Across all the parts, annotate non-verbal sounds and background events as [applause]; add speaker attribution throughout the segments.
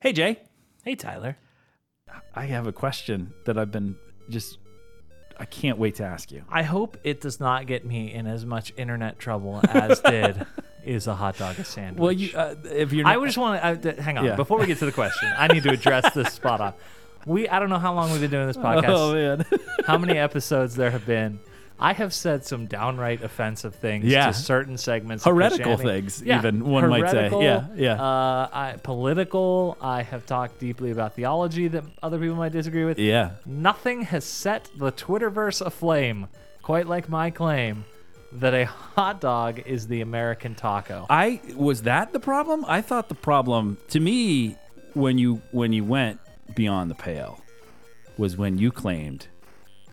Speaker 1: Hey, Jay,
Speaker 2: Hey, Tyler.
Speaker 1: I have a question that I've been just, I can't wait to ask you.
Speaker 2: I hope it does not get me in as much internet trouble as
Speaker 1: [laughs]
Speaker 2: did is a hot dog a sandwich.
Speaker 1: Well, you, uh, if you're
Speaker 2: I just want to hang on
Speaker 1: Yeah.
Speaker 2: before we get to the question. I need to address this spot on. We I don't know how long we've been doing this podcast.
Speaker 1: [laughs]
Speaker 2: [laughs]
Speaker 1: Oh, man.
Speaker 2: how many episodes there have been. I have said some downright offensive things
Speaker 1: Yeah.
Speaker 2: to certain segments. of
Speaker 1: Heretical
Speaker 2: Christianity.
Speaker 1: things, even, one might say.
Speaker 2: heretical,
Speaker 1: Yeah, yeah.
Speaker 2: Uh, I, political. I have talked deeply about theology that other people might disagree with.
Speaker 1: yeah.
Speaker 2: Nothing has set the Twitterverse aflame quite like my claim that a hot dog is the American taco.
Speaker 1: I was that the problem? I thought the problem to me when you when you went beyond the pale was when you claimed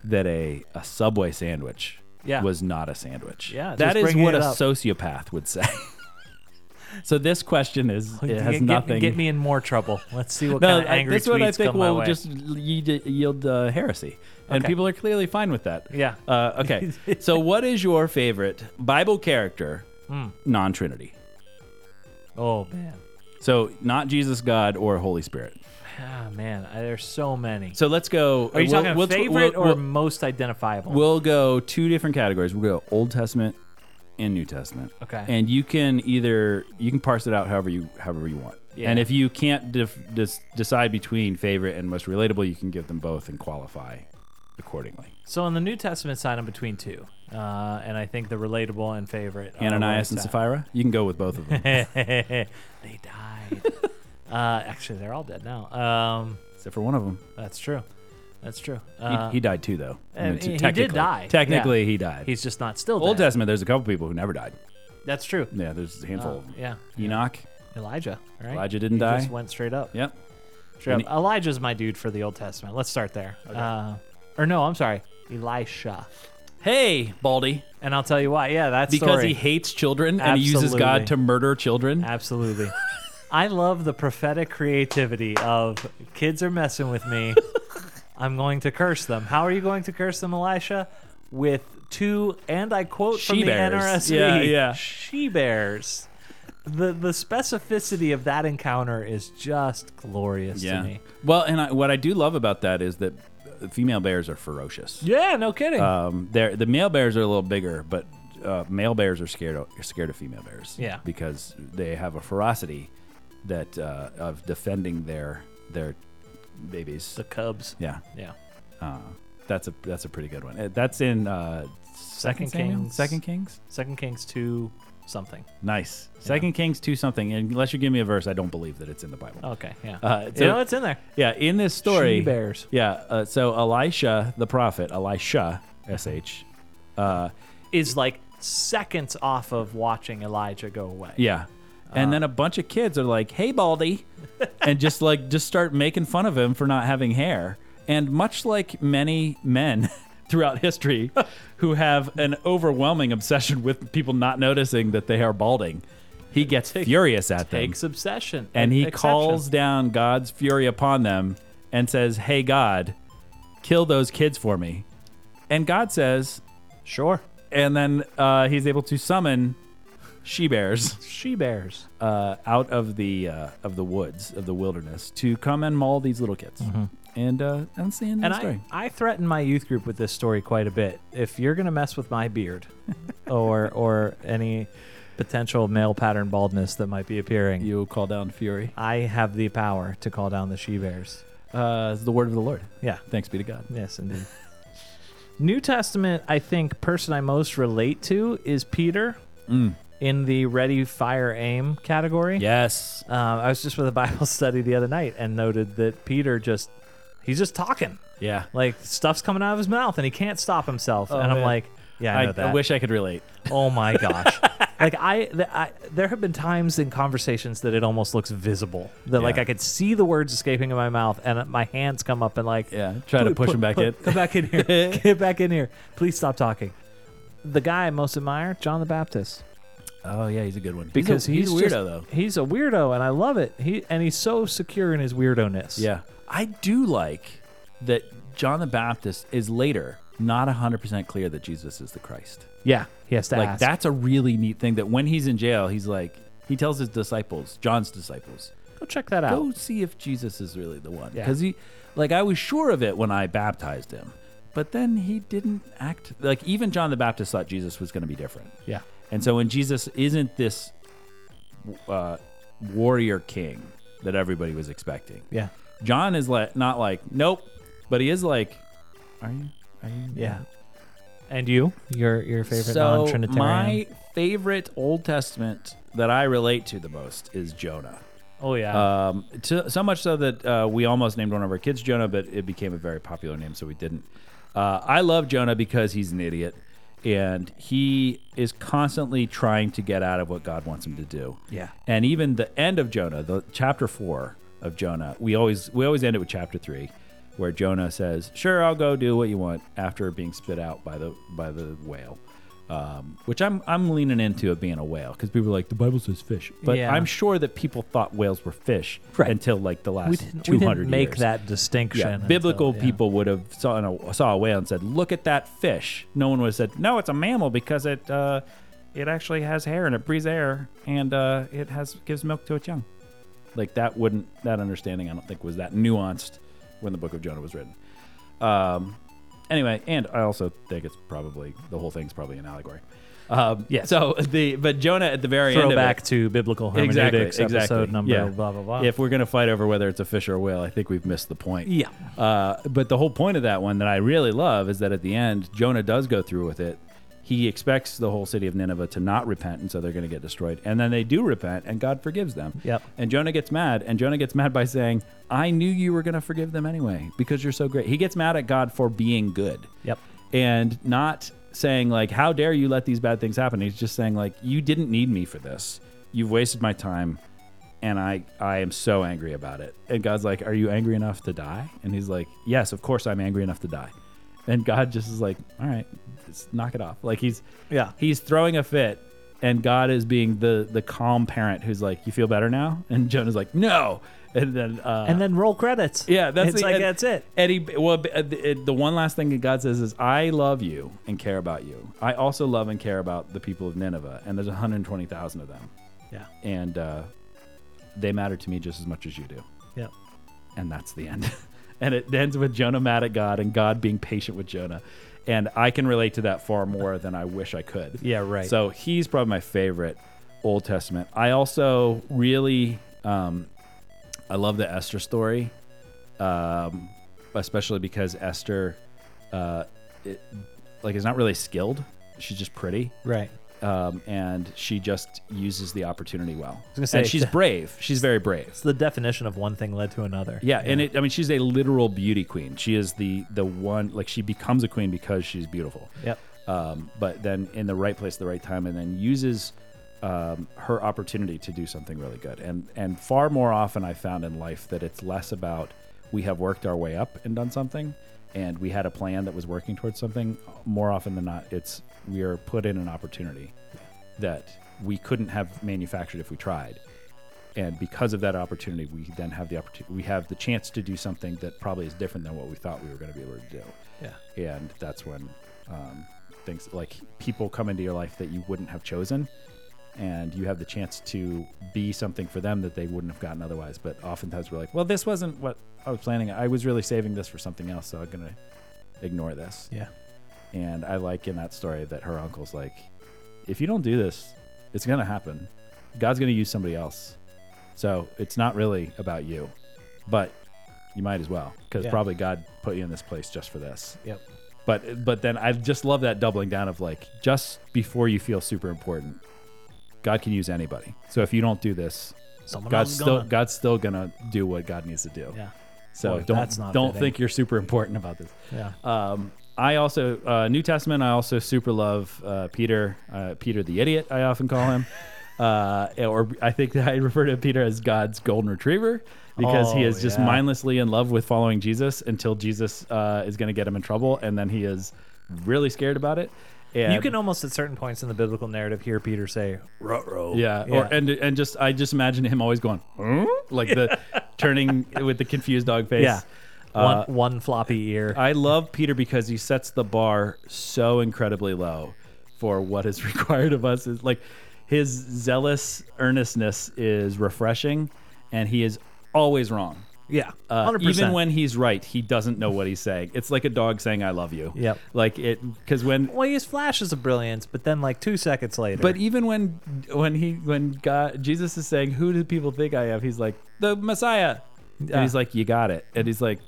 Speaker 1: that a, a subway sandwich
Speaker 2: Yeah.
Speaker 1: was not a sandwich.
Speaker 2: Yeah,
Speaker 1: that
Speaker 2: just
Speaker 1: is
Speaker 2: bringing
Speaker 1: what a
Speaker 2: it up.
Speaker 1: sociopath would say. [laughs] so this question is it has
Speaker 2: Oh, get, get-
Speaker 1: nothing.
Speaker 2: Get, me in more trouble. Let's see what
Speaker 1: no,
Speaker 2: kind of angry
Speaker 1: I, this
Speaker 2: tweets
Speaker 1: one I think
Speaker 2: come my
Speaker 1: will
Speaker 2: way.
Speaker 1: just yield, yield uh, heresy, and
Speaker 2: Okay.
Speaker 1: people are clearly fine with that.
Speaker 2: Yeah.
Speaker 1: Uh,
Speaker 2: [laughs]
Speaker 1: okay. so, what is your favorite Bible character,
Speaker 2: Hmm.
Speaker 1: non-Trinity?
Speaker 2: oh man,
Speaker 1: So not Jesus, God, or Holy Spirit.
Speaker 2: ah man, I, there's so many.
Speaker 1: So let's go. uh,
Speaker 2: Are you
Speaker 1: we'll-
Speaker 2: talking
Speaker 1: we'll-
Speaker 2: favorite
Speaker 1: we'll-
Speaker 2: or
Speaker 1: We'll,
Speaker 2: most identifiable?
Speaker 1: we'll go two different categories. We'll go Old Testament and New Testament.
Speaker 2: Okay.
Speaker 1: And you can either you can parse it out however you however you want.
Speaker 2: Yeah.
Speaker 1: And if you can't def, dis, decide between favorite and most relatable, you can give them both and qualify accordingly.
Speaker 2: so in the New Testament side, I'm between two, uh, and I think the relatable and favorite are
Speaker 1: Ananias
Speaker 2: what
Speaker 1: and
Speaker 2: I-
Speaker 1: Sapphira. You can go with both
Speaker 2: [laughs]
Speaker 1: of them.
Speaker 2: they
Speaker 1: [laughs]
Speaker 2: died. uh, actually, they're all dead now. Um,
Speaker 1: Except for one of them,
Speaker 2: that's true. That's true.
Speaker 1: he,
Speaker 2: Uh,
Speaker 1: he died too, though. I
Speaker 2: and
Speaker 1: mean,
Speaker 2: he- he did
Speaker 1: technically-
Speaker 2: die.
Speaker 1: Technically, he died.
Speaker 2: he's just not still
Speaker 1: Old
Speaker 2: dead.
Speaker 1: Testament. There's a couple people who never died.
Speaker 2: That's true.
Speaker 1: Yeah, there's a handful
Speaker 2: Uh,
Speaker 1: of them.
Speaker 2: yeah,
Speaker 1: Enoch.
Speaker 2: Elijah. Right?
Speaker 1: Elijah didn't
Speaker 2: He Just
Speaker 1: die.
Speaker 2: went straight up.
Speaker 1: Yep.
Speaker 2: Straight
Speaker 1: And
Speaker 2: up. Elijah's my dude for the Old Testament. Let's start there. Uh, or no, I'm sorry, Elisha.
Speaker 1: Hey, Baldy.
Speaker 2: And I'll tell you why. Yeah, that's
Speaker 1: Because he hates children and he uses God
Speaker 2: Absolutely.
Speaker 1: to murder children.
Speaker 2: Absolutely. I love the prophetic creativity of kids are messing with me. I'm going to curse them. How are you going to curse them, Elisha? With two, and I quote from the
Speaker 1: She-bears.
Speaker 2: NRSV,
Speaker 1: Yeah, yeah.
Speaker 2: she bears. E. The the specificity of that encounter is just glorious to me.
Speaker 1: Well, and I, what I do love about that is that uh, female bears are ferocious.
Speaker 2: Yeah, no kidding.
Speaker 1: Um, they're, the male bears are a little bigger, but uh, male bears are scared of, are scared of female bears.
Speaker 2: Yeah.
Speaker 1: Because they have a ferocity that uh, of defending their their babies.
Speaker 2: the Cubs.
Speaker 1: Yeah.
Speaker 2: Yeah.
Speaker 1: Uh, that's a that's a pretty good one. Uh, That's in uh, Second,
Speaker 2: Second
Speaker 1: Samuel?
Speaker 2: Kings.
Speaker 1: Second Kings.
Speaker 2: Second Kings two something.
Speaker 1: Nice. Second Kings two something. And unless you give me a verse, I don't believe that it's in the Bible.
Speaker 2: Okay, yeah.
Speaker 1: Uh, so-
Speaker 2: Oh. you know it's in there.
Speaker 1: Yeah, in this story,
Speaker 2: She bears.
Speaker 1: Yeah, uh, so Elisha the prophet, Elisha, S H, uh,
Speaker 2: Is like seconds off of watching Elijah go away.
Speaker 1: yeah, and then a bunch of kids are like,
Speaker 2: [laughs]
Speaker 1: "Hey, Baldy," and just like just start making fun of him for not having hair. And much like many men [laughs]
Speaker 2: [laughs]
Speaker 1: throughout history, who have an overwhelming obsession with people not noticing that they are balding, he gets furious at them.
Speaker 2: takes obsession
Speaker 1: and he
Speaker 2: exception.
Speaker 1: calls down God's fury upon them and says, "Hey God, kill those kids for me." And God says,
Speaker 2: sure
Speaker 1: and then uh, he's able to summon she bears
Speaker 2: she bears
Speaker 1: uh, out of the uh, of the woods of the wilderness to come and maul these little kids. And uh, that's the end of
Speaker 2: and
Speaker 1: the story.
Speaker 2: I, I threaten my youth group with this story quite a bit if you're gonna mess with my
Speaker 1: [laughs]
Speaker 2: beard or or any potential male pattern baldness that might be appearing
Speaker 1: you call down fury.
Speaker 2: i have the power to call down the she bears
Speaker 1: Uh, it's the word of the Lord.
Speaker 2: yeah
Speaker 1: Thanks be to God.
Speaker 2: yes
Speaker 1: [laughs]
Speaker 2: indeed new testament i think person i most relate to is peter
Speaker 1: Mm.
Speaker 2: in the ready fire aim category
Speaker 1: Yes.
Speaker 2: Um, I was just with a [laughs] Bible study the other night and noted that Peter just he's just talking.
Speaker 1: Yeah.
Speaker 2: Like stuff's coming out of his mouth and he can't stop himself. and I'm
Speaker 1: Oh, man.
Speaker 2: like, yeah, I know that.
Speaker 1: wish I could relate.
Speaker 2: oh
Speaker 1: [laughs]
Speaker 2: my gosh. like I, th- I there have been times in conversations that it almost looks visible. That like
Speaker 1: Yeah.
Speaker 2: I could see the words escaping in my mouth and uh, my hands come up and like
Speaker 1: Yeah, try to
Speaker 2: "Put-
Speaker 1: push
Speaker 2: put-
Speaker 1: him back
Speaker 2: put-
Speaker 1: [laughs] in.
Speaker 2: Come back in here. Get back in here. Please stop talking. The guy I most admire, John the Baptist
Speaker 1: Oh yeah, he's a good one.
Speaker 2: because
Speaker 1: he's,
Speaker 2: he's,
Speaker 1: a, weirdo
Speaker 2: just-
Speaker 1: though.
Speaker 2: He's a weirdo, and I love it. He and he's so secure in his weirdo-ness.
Speaker 1: Yeah. I do like that John the Baptist is later not 100% clear that Jesus is the Christ.
Speaker 2: yeah. He has to
Speaker 1: Like,
Speaker 2: ask.
Speaker 1: that's a really neat thing that when he's in jail, he's like, he tells his disciples, John's disciples,
Speaker 2: Go check that out.
Speaker 1: go see if Jesus is really the one.
Speaker 2: Yeah.
Speaker 1: Because he, like, I was sure of it when I baptized him, but then he didn't act like even John the Baptist thought Jesus was going to be different.
Speaker 2: Yeah.
Speaker 1: And so when Jesus isn't this uh, warrior king that everybody was expecting,
Speaker 2: Yeah.
Speaker 1: John is like not like nope, but he is like, are you? Are you? [laughs]
Speaker 2: Yeah. And you? Your your favorite
Speaker 1: so
Speaker 2: non-Trinitarian?
Speaker 1: my favorite Old Testament that I relate to the most is Jonah.
Speaker 2: oh yeah.
Speaker 1: Um, to, so much so that uh, we almost named one of our kids Jonah, but it became a very popular name, so we didn't. Uh, I love Jonah because he's an idiot, and he is constantly trying to get out of what God wants him to do.
Speaker 2: Yeah.
Speaker 1: And even the end of Jonah, the chapter four of Jonah, we always we always end it with chapter three, where Jonah says, "Sure, I'll go do what you want," after being spit out by the by the whale. Um, which I'm I'm leaning into it being a whale because people are like the Bible says fish, but
Speaker 2: Yeah.
Speaker 1: I'm sure that people thought whales were fish
Speaker 2: Right.
Speaker 1: until like the last
Speaker 2: we didn't, we
Speaker 1: 200
Speaker 2: didn't make
Speaker 1: years.
Speaker 2: that
Speaker 1: Yeah,
Speaker 2: distinction. until-
Speaker 1: biblical
Speaker 2: yeah.
Speaker 1: people would have saw a, saw a whale and said, "Look at that fish." No one would have said, "No, it's a mammal because it uh, it actually has hair and it breathes air and uh, it has gives milk to its young." Like that wouldn't that understanding I don't think was that nuanced when the Book of Jonah was written. Um, anyway, and I also think it's probably the whole thing's probably an allegory. Um, yeah. So [laughs] the but Jonah at the very end of it-
Speaker 2: Throwback to biblical hermeneutics
Speaker 1: Exactly,
Speaker 2: episode
Speaker 1: exactly.
Speaker 2: number
Speaker 1: Yeah.
Speaker 2: blah blah blah.
Speaker 1: if we're gonna fight over whether it's a fish or a whale, I think we've missed the point.
Speaker 2: yeah.
Speaker 1: Uh, but the whole point of that one that I really love is that at the end, Jonah does go through with it. He expects the whole city of Nineveh to not repent, and so they're going to get destroyed. And then they do repent, and God forgives them.
Speaker 2: Yep.
Speaker 1: And Jonah gets mad, and Jonah gets mad by saying, I knew you were going to forgive them anyway because you're so great. He gets mad at God for being good
Speaker 2: Yep.
Speaker 1: and not saying like how dare you let these bad things happen he's just saying like you didn't need me for this you've wasted my time and i i am so angry about it and god's like are you angry enough to die and he's like yes of course i'm angry enough to die and god just is like all right just knock it off like he's
Speaker 2: Yeah.
Speaker 1: he's throwing a fit and god is being the the calm parent who's like you feel better now and jonah's like no and then uh
Speaker 2: and then roll credits.
Speaker 1: yeah, that's
Speaker 2: it's
Speaker 1: the-
Speaker 2: like
Speaker 1: and-
Speaker 2: that's it.
Speaker 1: Eddie, well, b- uh, the it- the one last thing that God says is, "I love you and care about you. I also love and care about the people of Nineveh, and there's 120,000 of them,
Speaker 2: Yeah.
Speaker 1: and uh, they matter to me just as much as you do."
Speaker 2: Yeah.
Speaker 1: And that's the end. [laughs] and it ends with Jonah mad at God and God being patient with Jonah, and I can relate to that far more than I wish I could.
Speaker 2: Yeah, right.
Speaker 1: So he's probably my favorite Old Testament. I also really, um, I love the Esther story, um, especially because Esther, uh, it, like, is not really skilled. She's just pretty,
Speaker 2: right.
Speaker 1: um, and she just uses the opportunity well.
Speaker 2: gonna say- [laughs]
Speaker 1: and she's brave. She's very brave.
Speaker 2: It's the definition of one thing led to another.
Speaker 1: Yeah, and it, I mean, she's a literal beauty queen. She is the the one, like, she becomes a queen because she's beautiful
Speaker 2: Yep.
Speaker 1: um, but then in the right place at the right time and then uses um, her opportunity to do something really good and and far more often i found in life that it's less about we have worked our way up and done something and we had a plan that was working towards something more often than not it's we are put in an opportunity that we couldn't have manufactured if we tried and because of that opportunity we then have the opportunity we have the chance to do something that probably is different than what we thought we were going to be able to do
Speaker 2: Yeah.
Speaker 1: and that's when um, things like people come into your life that you wouldn't have chosen and you have the chance to be something for them that they wouldn't have gotten otherwise but oftentimes we're like well this wasn't what i was planning i was really saving this for something else so i'm gonna ignore this
Speaker 2: [laughs] Yeah.
Speaker 1: and i like in that story that her uncle's like if you don't do this it's gonna happen god's gonna use somebody else so it's not really about you but you might as well because
Speaker 2: Yeah.
Speaker 1: probably god put you in this place just for this
Speaker 2: Yep.
Speaker 1: but but then I just love that doubling down of like just before you feel super important, God can use anybody. So if you don't do this,
Speaker 2: Someone
Speaker 1: God's
Speaker 2: else
Speaker 1: still
Speaker 2: gonna.
Speaker 1: God's still gonna do what God needs to do.
Speaker 2: Yeah.
Speaker 1: So
Speaker 2: Boy,
Speaker 1: don't
Speaker 2: that's not
Speaker 1: don't
Speaker 2: fitting.
Speaker 1: think you're super important about this.
Speaker 2: Yeah.
Speaker 1: Um, I also uh, New Testament. I also super love uh, Peter. Uh, Peter the idiot. I often call
Speaker 2: [laughs]
Speaker 1: him. Uh, or I think that I refer to Peter as God's golden retriever because he
Speaker 2: Oh,
Speaker 1: is just
Speaker 2: yeah.
Speaker 1: mindlessly in love with following Jesus until Jesus uh, is going to get him in trouble, and then he is really scared about it. And
Speaker 2: You can almost at certain points in the biblical narrative hear Peter say, "Ruh-roh."
Speaker 1: yeah,
Speaker 2: Yeah.
Speaker 1: Or and and just I just imagine him always going "Hmm?"
Speaker 2: [laughs]
Speaker 1: like the turning with the confused dog face.
Speaker 2: Yeah. One,
Speaker 1: Uh,
Speaker 2: one floppy ear.
Speaker 1: I love Peter because he sets the bar so incredibly low for what is [laughs] required of us. Is like his zealous earnestness is refreshing, and he is always wrong.
Speaker 2: Yeah,
Speaker 1: Uh,
Speaker 2: 100%.
Speaker 1: even when he's right, he doesn't know what he's saying. It's like a dog saying "I love you."
Speaker 2: Yep.
Speaker 1: Like it, because when,
Speaker 2: well, he has flashes of brilliance, but then like two seconds later.
Speaker 1: but even when, when he, when God, Jesus is saying, "Who do people think I am?" He's like the Messiah, and
Speaker 2: Yeah.
Speaker 1: he's like, "You got it," and he's like,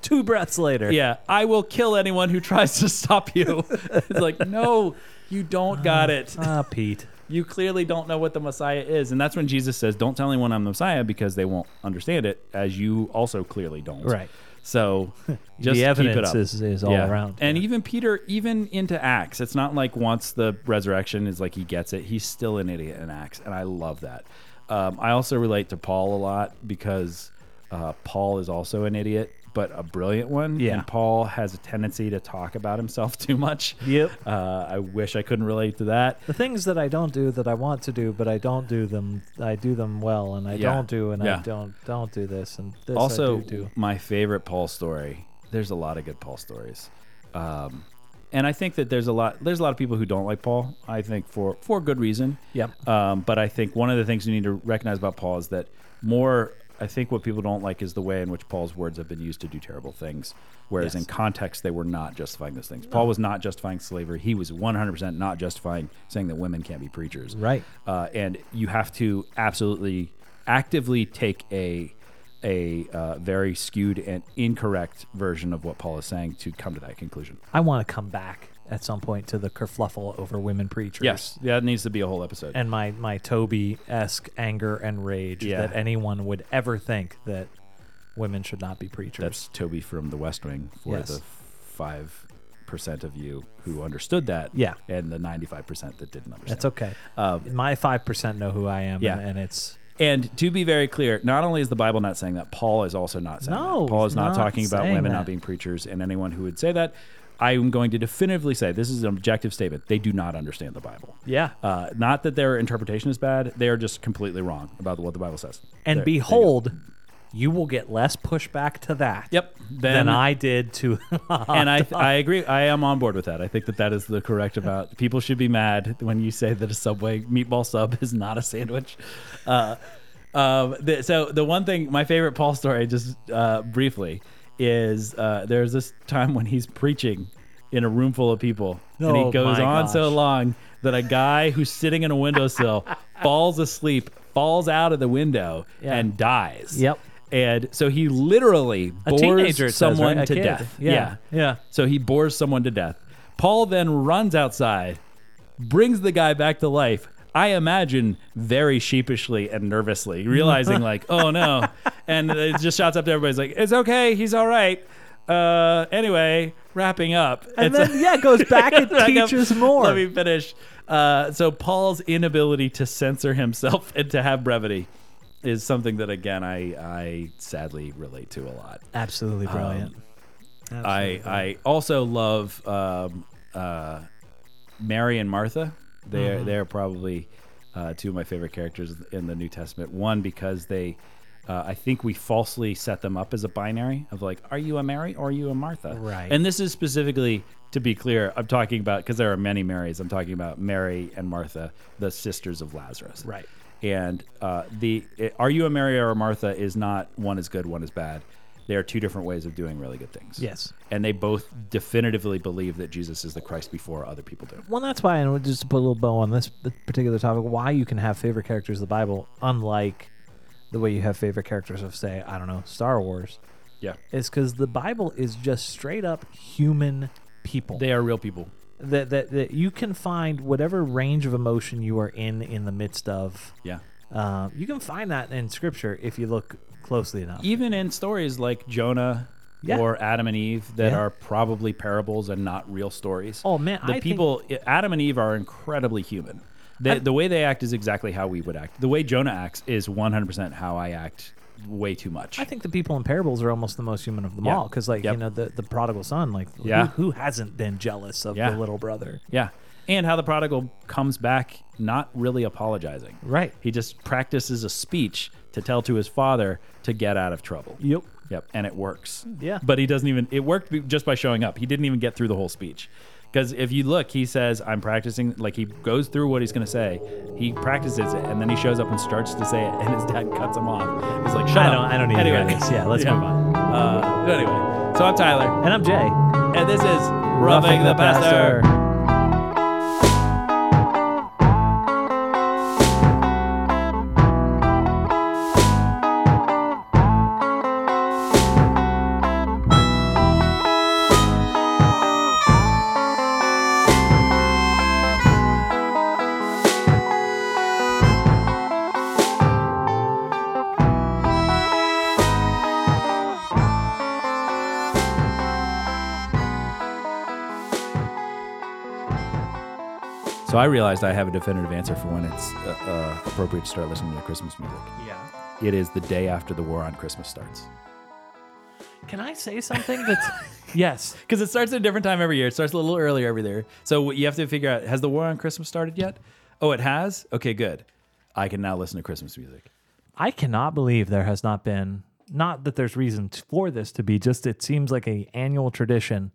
Speaker 2: two breaths later,
Speaker 1: [laughs] Yeah, I will kill anyone who tries to stop you. [laughs] it's like, no, you don't got it.
Speaker 2: ah, Pete.
Speaker 1: You clearly don't know what the Messiah is. And that's when Jesus says, Don't tell anyone I'm the Messiah because they won't understand it, as you also clearly don't.
Speaker 2: Right. [laughs]
Speaker 1: So just
Speaker 2: the evidence
Speaker 1: keep it up.
Speaker 2: is is all
Speaker 1: Yeah.
Speaker 2: around.
Speaker 1: And even Peter, even into Acts, it's not like once the resurrection is like he gets it, he's still an idiot in Acts. And I love that. Um, I also relate to Paul a lot because uh, Paul is also an idiot, but a brilliant one.
Speaker 2: Yeah.
Speaker 1: And Paul has a tendency to talk about himself [laughs] too much.
Speaker 2: Yep.
Speaker 1: Uh, I wish I couldn't relate to that.
Speaker 2: the things that I don't do that I want to do, but I don't do them. I do them well, and I
Speaker 1: Yeah.
Speaker 2: don't do, and
Speaker 1: Yeah.
Speaker 2: I don't don't do this, and this
Speaker 1: also
Speaker 2: I do do.
Speaker 1: my favorite paul story there's a lot of good paul stories um, and i think that there's a lot there's a lot of people who don't like paul i think for for good reason
Speaker 2: Yep.
Speaker 1: um, but i think one of the things you need to recognize about paul is that more i think what people don't like is the way in which paul's words have been used to do terrible things whereas
Speaker 2: Yes.
Speaker 1: in context they were not justifying those things paul was not justifying slavery he was 100% not justifying saying that women can't be preachers
Speaker 2: Right.
Speaker 1: uh, and you have to absolutely actively take a a uh, very skewed and incorrect version of what Paul is saying to come to that conclusion.
Speaker 2: I want to come back at some point to the kerfluffle over women preachers.
Speaker 1: Yes, that needs to be a whole episode.
Speaker 2: And my my Toby esque anger and rage
Speaker 1: Yeah.
Speaker 2: that anyone would ever think that women should not be preachers.
Speaker 1: That's Toby from The West Wing for
Speaker 2: Yes.
Speaker 1: the five percent of you who understood that,
Speaker 2: Yeah.
Speaker 1: and the ninety-five percent that didn't understand.
Speaker 2: That's okay.
Speaker 1: Um,
Speaker 2: My five percent know who I am.
Speaker 1: Yeah.
Speaker 2: and, and it's
Speaker 1: And to be very clear, not only is the Bible not saying that, Paul is also not saying
Speaker 2: No,
Speaker 1: that. Paul is
Speaker 2: he's
Speaker 1: not,
Speaker 2: not
Speaker 1: talking about
Speaker 2: saying
Speaker 1: women
Speaker 2: that.
Speaker 1: not being preachers, and anyone who would say that, I am going to definitively say this is an objective statement. They do not understand the Bible.
Speaker 2: yeah.
Speaker 1: Uh, not that their interpretation is bad; they are just completely wrong about what the Bible says.
Speaker 2: and
Speaker 1: There- there you go.
Speaker 2: behold, you, will get less pushback to that.
Speaker 1: yep. Then,
Speaker 2: Than I did to [laughs]
Speaker 1: [laughs] and I, I agree. I am on board with that. I think that that is the correct amount. People should be mad when you say that a Subway meatball sub is not a sandwich. Uh, um, the, so the one thing, my favorite Paul story, just uh, briefly, is uh, there's this time when he's preaching in a room full of people, and
Speaker 2: Oh,
Speaker 1: he goes
Speaker 2: my
Speaker 1: on so
Speaker 2: gosh.
Speaker 1: long that a guy who's sitting in a
Speaker 2: [laughs]
Speaker 1: windowsill falls asleep, falls out of the window,
Speaker 2: Yeah.
Speaker 1: and dies.
Speaker 2: Yep.
Speaker 1: And so he literally
Speaker 2: a
Speaker 1: bores
Speaker 2: teenager it says,
Speaker 1: someone
Speaker 2: right? A
Speaker 1: to
Speaker 2: kid.
Speaker 1: death.
Speaker 2: Yeah. Yeah.
Speaker 1: So he bores someone to death. Paul then runs outside, brings the guy back to life. I imagine very sheepishly and
Speaker 2: [laughs]
Speaker 1: nervously, realizing like, oh no, and it just shouts up to everybody's like, it's okay, he's all right. Uh, anyway, wrapping up.
Speaker 2: And
Speaker 1: It's-
Speaker 2: then
Speaker 1: [laughs]
Speaker 2: yeah, goes back and
Speaker 1: Back up.
Speaker 2: teaches more.
Speaker 1: [laughs] Let me finish. Uh, so Paul's inability to censor himself [laughs] and to have brevity is something that again I I sadly relate to a lot.
Speaker 2: Absolutely
Speaker 1: Um,
Speaker 2: brilliant.
Speaker 1: I I also love um, uh, Mary and Martha. They're
Speaker 2: Mm-hmm.
Speaker 1: they're probably uh, two of my favorite characters in the New Testament. One because they. Uh, I think we falsely set them up as a binary of like, are you a Mary or are you a Martha?
Speaker 2: Right.
Speaker 1: And this is specifically, to be clear, I'm talking about, because there are many Marys, I'm talking about Mary and Martha, the sisters of Lazarus
Speaker 2: Right.
Speaker 1: and uh, the it, are you a Mary or a Martha is not one is good, one is bad. They are two different ways of doing really good things.
Speaker 2: Yes.
Speaker 1: and they both definitively believe that Jesus is the Christ before other people do.
Speaker 2: Well, that's why, and just to put a little bow on this particular topic, why you can have favorite characters of the Bible, unlike the way you have favorite characters of, say, I don't know, Star Wars,
Speaker 1: Yeah,
Speaker 2: is because the Bible is just straight up human people.
Speaker 1: they are real people.
Speaker 2: that, that, that you can find whatever range of emotion you are in in the midst of.
Speaker 1: Yeah,
Speaker 2: Uh, you can find that in Scripture if you look closely enough.
Speaker 1: even in stories like Jonah
Speaker 2: Yeah.
Speaker 1: or Adam and Eve that
Speaker 2: Yeah.
Speaker 1: are probably parables and not real stories.
Speaker 2: Oh, man,
Speaker 1: the
Speaker 2: I think-
Speaker 1: people Adam and Eve are incredibly human. They, the way they act is exactly how we would act. The way Jonah acts is 100% how I act. Way too much.
Speaker 2: I think the people in parables are almost the most human of them
Speaker 1: Yeah.
Speaker 2: all because, like,
Speaker 1: Yep.
Speaker 2: you know, the, the prodigal son, like, who-
Speaker 1: Yeah.
Speaker 2: who, hasn't been jealous of
Speaker 1: Yeah.
Speaker 2: the little brother?
Speaker 1: Yeah. And how the prodigal comes back not really apologizing.
Speaker 2: Right.
Speaker 1: He just practices a speech to tell to his father to get out of trouble.
Speaker 2: Yep.
Speaker 1: Yep. And it works.
Speaker 2: Yeah.
Speaker 1: But he doesn't even, it worked be- just by showing up. He didn't even get through the whole speech Because if you look, he says, I'm practicing, like he goes through what he's going to say. He practices it, and then he shows up and starts to say it, and his dad cuts him off. He's like, shut
Speaker 2: I
Speaker 1: up.
Speaker 2: don't- I don't need to hear
Speaker 1: anyway.
Speaker 2: this. Yeah, let's move on.
Speaker 1: Uh, anyway, so I'm Tyler,
Speaker 2: And I'm Jay.
Speaker 1: and this is Roughing the Passer. So I realized I have a definitive answer for when it's uh, uh, appropriate to start listening to Christmas music.
Speaker 2: Yeah.
Speaker 1: It is the day after the war on Christmas starts.
Speaker 2: Can I say something that's. [laughs] yes.
Speaker 1: Because it starts at a different time every year. It starts a little earlier every year. So you have to figure out has the war on Christmas started yet? Oh, it has? Okay, good. I can now listen to Christmas music.
Speaker 2: I cannot believe there has not been not that there's reason t- for this to be just it seems like a annual tradition.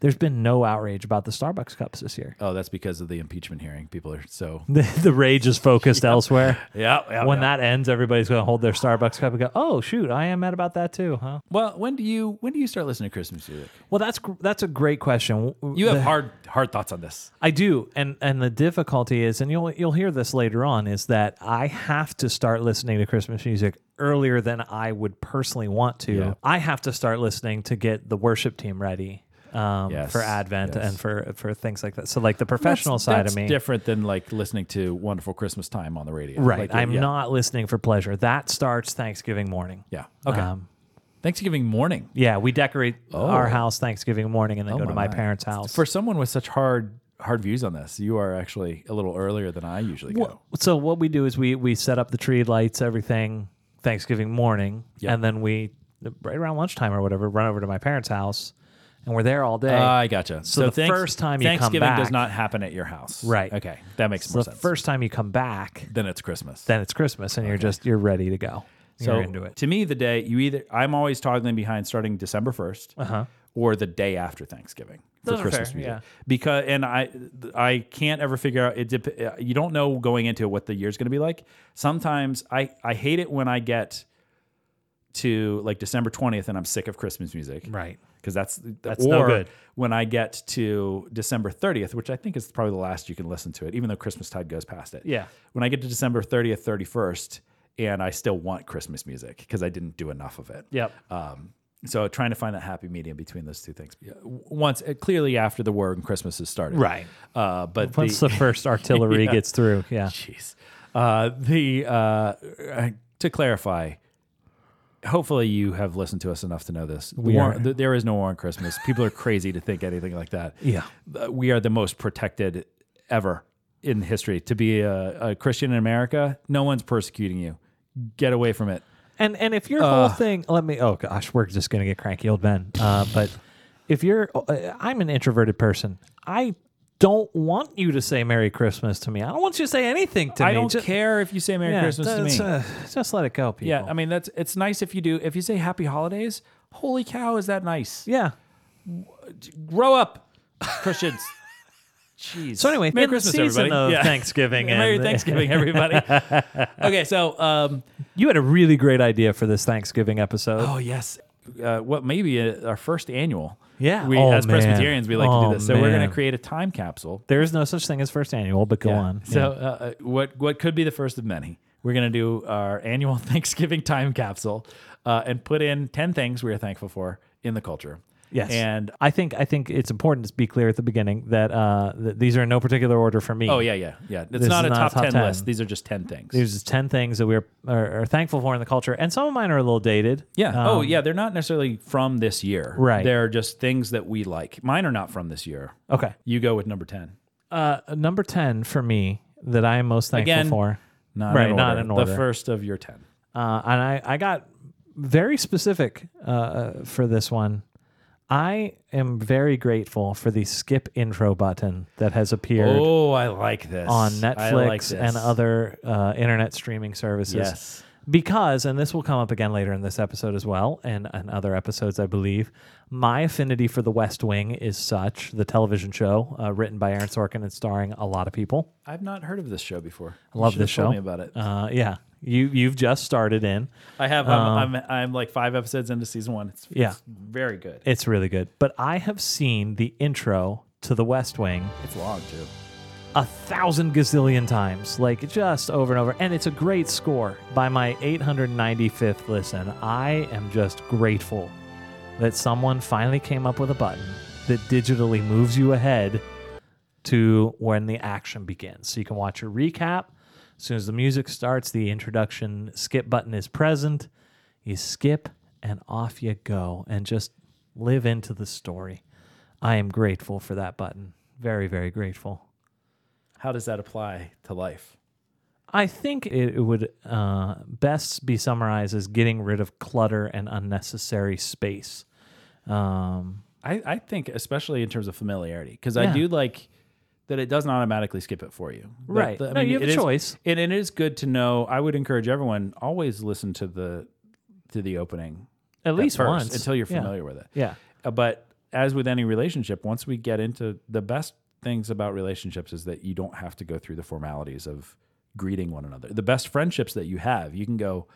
Speaker 2: There's been no outrage about the Starbucks cups this year. [laughs]
Speaker 1: Oh, that's because of the impeachment hearing. People are so.
Speaker 2: The, the rage is [laughs] focused elsewhere.
Speaker 1: [laughs] Yeah.
Speaker 2: When that ends, everybody's going to hold their Starbucks cup and go, "Oh shoot, I am mad about that too, huh?"
Speaker 1: Well, when do you when do you start listening to Christmas music?
Speaker 2: Well, that's gr- that's a great question. W-
Speaker 1: You have
Speaker 2: the-
Speaker 1: hard hard thoughts on this.
Speaker 2: I do, and and the difficulty is, and you'll you'll hear this later on, is that I have to start listening to Christmas music earlier than I would personally want to.
Speaker 1: Yeah.
Speaker 2: I have to start listening to get the worship team ready um,
Speaker 1: Yes,
Speaker 2: for Advent
Speaker 1: yes.
Speaker 2: and for for things like that. So like the professional
Speaker 1: That's-
Speaker 2: side
Speaker 1: that's
Speaker 2: of me,
Speaker 1: different than like listening to "Wonderful Christmas Time" on the radio.
Speaker 2: right?
Speaker 1: Like,
Speaker 2: I'm
Speaker 1: yeah.
Speaker 2: not listening for pleasure. That starts Thanksgiving morning.
Speaker 1: Yeah. Okay.
Speaker 2: Um,
Speaker 1: Thanksgiving morning.
Speaker 2: yeah, we decorate
Speaker 1: Oh.
Speaker 2: our house Thanksgiving morning and then go to my
Speaker 1: my.
Speaker 2: parents' house.
Speaker 1: For someone with such hard hard views on this, you are actually a little earlier than I usually go.
Speaker 2: So what we do is we we set up the tree lights, everything Thanksgiving morning,
Speaker 1: Yeah.
Speaker 2: and then we right around lunchtime or whatever run over to my parents' house, and we're there all day.
Speaker 1: Uh, I gotcha.
Speaker 2: So the first time you come
Speaker 1: Thanksgiving does
Speaker 2: back-
Speaker 1: not happen at your house,
Speaker 2: Right.
Speaker 1: Okay, that makes
Speaker 2: so
Speaker 1: more
Speaker 2: the
Speaker 1: sense.
Speaker 2: first time you come back,
Speaker 1: then it's Christmas.
Speaker 2: then it's Christmas, and you're just you're ready to go.
Speaker 1: so
Speaker 2: you're into it.
Speaker 1: to me, the day you either I'm always toggling behind starting December 1st or the day after Thanksgiving for
Speaker 2: Uh-huh. Those are
Speaker 1: Christmas
Speaker 2: fair,
Speaker 1: music.
Speaker 2: yeah.
Speaker 1: Because and I I can't ever figure out it. Dep- uh, you don't know going into what the year's going to be like. Sometimes I I hate it when I get to like December 20th and I'm sick of Christmas music.
Speaker 2: Right.
Speaker 1: because that's
Speaker 2: That's no
Speaker 1: or
Speaker 2: good.
Speaker 1: When I get to December 30th, which I think is probably the last you can listen to it, even though Christmas tide goes past it.
Speaker 2: Yeah.
Speaker 1: When I get to December 30th, 31st, and I still want Christmas music because I didn't do enough of it.
Speaker 2: Yep.
Speaker 1: Um, so trying to find that happy medium between those two things. Yeah, w- Once uh, clearly after the war and Christmas has started.
Speaker 2: Right.
Speaker 1: Uh, but the-
Speaker 2: Once the, first artillery
Speaker 1: [laughs] Yeah.
Speaker 2: gets through, yeah.
Speaker 1: Jeez. Uh, the uh, to clarify, hopefully you have listened to us enough to know this. The war-
Speaker 2: are-
Speaker 1: th- there is no war on Christmas. People are crazy to think anything like that.
Speaker 2: Yeah.
Speaker 1: Uh, we are the most protected ever in history. To be a, a Christian in America, no one's persecuting you. Get away from it.
Speaker 2: And and if your
Speaker 1: Uh.
Speaker 2: whole thing, let me. Oh gosh, we're just gonna get cranky old men. Uh, but if you're, uh, I'm an introverted person. I don't want you to say Merry Christmas to me. I don't want you to say anything to me.
Speaker 1: I don't
Speaker 2: Ju-
Speaker 1: care if you say Merry
Speaker 2: yeah, um,
Speaker 1: Christmas to me.
Speaker 2: that's, uh, just let it go, people.
Speaker 1: yeah, I mean that's it's nice if you do. If you say Happy Holidays, holy cow, is that nice?
Speaker 2: yeah.
Speaker 1: Grow up, Christians. [laughs] Jeez.
Speaker 2: So anyway,
Speaker 1: Merry
Speaker 2: in
Speaker 1: Christmas,
Speaker 2: the season
Speaker 1: everybody.
Speaker 2: of
Speaker 1: Yeah.
Speaker 2: Thanksgiving. and
Speaker 1: [laughs] Merry Thanksgiving,
Speaker 2: [laughs]
Speaker 1: everybody. okay, so um,
Speaker 2: You had a really great idea for this Thanksgiving episode.
Speaker 1: oh yes, uh, what maybe uh our first annual?
Speaker 2: Yeah.
Speaker 1: we
Speaker 2: Oh,
Speaker 1: as
Speaker 2: man.
Speaker 1: Presbyterians we like to
Speaker 2: Oh,
Speaker 1: do this. So we're going
Speaker 2: man.
Speaker 1: to create a time capsule.
Speaker 2: There is no such thing as first annual, but go on.
Speaker 1: So uh, uh, what what could be the first of many? We're going to do our annual [laughs] Thanksgiving time capsule uh, and put in ten things we are thankful for in the culture.
Speaker 2: Yes.
Speaker 1: and
Speaker 2: I think I think it's important to be clear at the beginning that uh, that these are in no particular order for me.
Speaker 1: oh yeah, yeah, yeah. It's
Speaker 2: is
Speaker 1: not a
Speaker 2: not a
Speaker 1: top,
Speaker 2: top
Speaker 1: 10,
Speaker 2: 10.
Speaker 1: list. These are just ten things.
Speaker 2: There's just 10 things that we are, are, are thankful for in the culture. And some of mine are a little dated.
Speaker 1: Yeah. oh,
Speaker 2: Um,
Speaker 1: yeah. They're not necessarily from this year.
Speaker 2: Right.
Speaker 1: They're just things that we like. Mine are not from this year.
Speaker 2: Okay.
Speaker 1: You go with number 10.
Speaker 2: Uh, number 10 for me that I am most thankful
Speaker 1: Again,
Speaker 2: for.
Speaker 1: Not
Speaker 2: Right,
Speaker 1: in order.
Speaker 2: not in order.
Speaker 1: The first of your 10.
Speaker 2: Uh, and I, I got very specific uh, for this one. I am very grateful for the skip intro button that has appeared
Speaker 1: Oh, I like this.
Speaker 2: on
Speaker 1: I
Speaker 2: Netflix
Speaker 1: like this.
Speaker 2: and other uh, internet streaming services.
Speaker 1: Yes.
Speaker 2: because and this will come up again later in this episode as well and, and other episodes i believe my affinity for the west wing is such the television show uh, written by aaron sorkin and starring a lot of people
Speaker 1: I've not heard of this show before.
Speaker 2: i love
Speaker 1: you
Speaker 2: this
Speaker 1: should've told
Speaker 2: show
Speaker 1: Me about it.
Speaker 2: uh, yeah you you've just started in
Speaker 1: I have. I'm, I'm, I'm like five episodes into season one. It's,
Speaker 2: Um, Yeah.
Speaker 1: it's very good.
Speaker 2: it's really good but i have seen the intro to the west wing
Speaker 1: It's long too.
Speaker 2: a thousand gazillion times, like just over and over. And it's a great score by my 895th listen. I am just grateful that someone finally came up with a button that digitally moves you ahead to when the action begins. So you can watch your recap. As soon as the music starts, the introduction skip button is present. You skip and off you go and just live into the story. I am grateful for that button. Very, very grateful.
Speaker 1: How does that apply to life?
Speaker 2: I think it it would uh, best be summarized as getting rid of clutter and unnecessary space. Um,
Speaker 1: I, I think especially in terms of familiarity because I
Speaker 2: Yeah.
Speaker 1: do like that it doesn't automatically skip it for you. That
Speaker 2: Right.
Speaker 1: the-
Speaker 2: No, you have
Speaker 1: it
Speaker 2: a
Speaker 1: is-
Speaker 2: choice.
Speaker 1: and it is good to know. I would encourage everyone always listen to the to the opening
Speaker 2: at least
Speaker 1: first
Speaker 2: once
Speaker 1: until you're
Speaker 2: Yeah.
Speaker 1: familiar with it.
Speaker 2: Yeah.
Speaker 1: Uh, But as with any relationship, once we get into the best things about relationships is that you don't have to go through the formalities of greeting one another. The best friendships that you have, you can go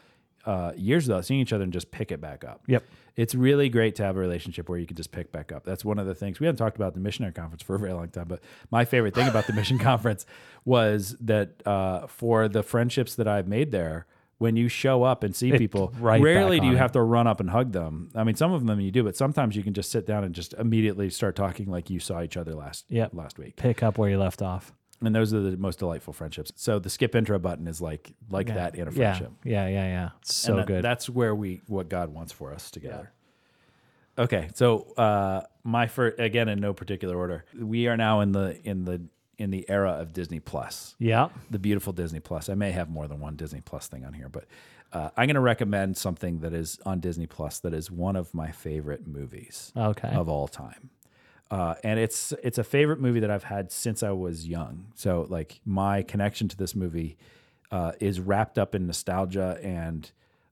Speaker 1: uh, years without seeing each other and just pick it back up.
Speaker 2: Yep.
Speaker 1: It's really great to have a relationship where you can just pick back up. That's one of the things we haven't talked about at the missionary conference for a very long time. But my favorite thing about the mission [laughs] conference was that uh, for the friendships that I've made there, when you show up and see people,
Speaker 2: right back
Speaker 1: rarely do
Speaker 2: on
Speaker 1: you
Speaker 2: it.
Speaker 1: have have to run up and hug them. I mean, some of them you do, but sometimes you can just sit down and just immediately start talking like you saw each other last
Speaker 2: Yep.
Speaker 1: last week.
Speaker 2: Pick up where you left off.
Speaker 1: And those are the most delightful friendships. So the skip intro button is like like that in a
Speaker 2: Yeah.
Speaker 1: friendship.
Speaker 2: Yeah. Yeah. Yeah. So
Speaker 1: And that-
Speaker 2: good.
Speaker 1: That's where we what God wants for us together. Okay, so uh, my first again in no particular order. We are now in the in the in the era of Disney Plus
Speaker 2: yeah.
Speaker 1: the beautiful Disney Plus. I may have more than one Disney Plus thing on here, but uh, I'm going to recommend something that is on Disney Plus that is one of my favorite movies
Speaker 2: Okay.
Speaker 1: of all time. Uh, and it's it's a favorite movie that I've had since I was young. So like my connection to this movie uh, is wrapped up in nostalgia and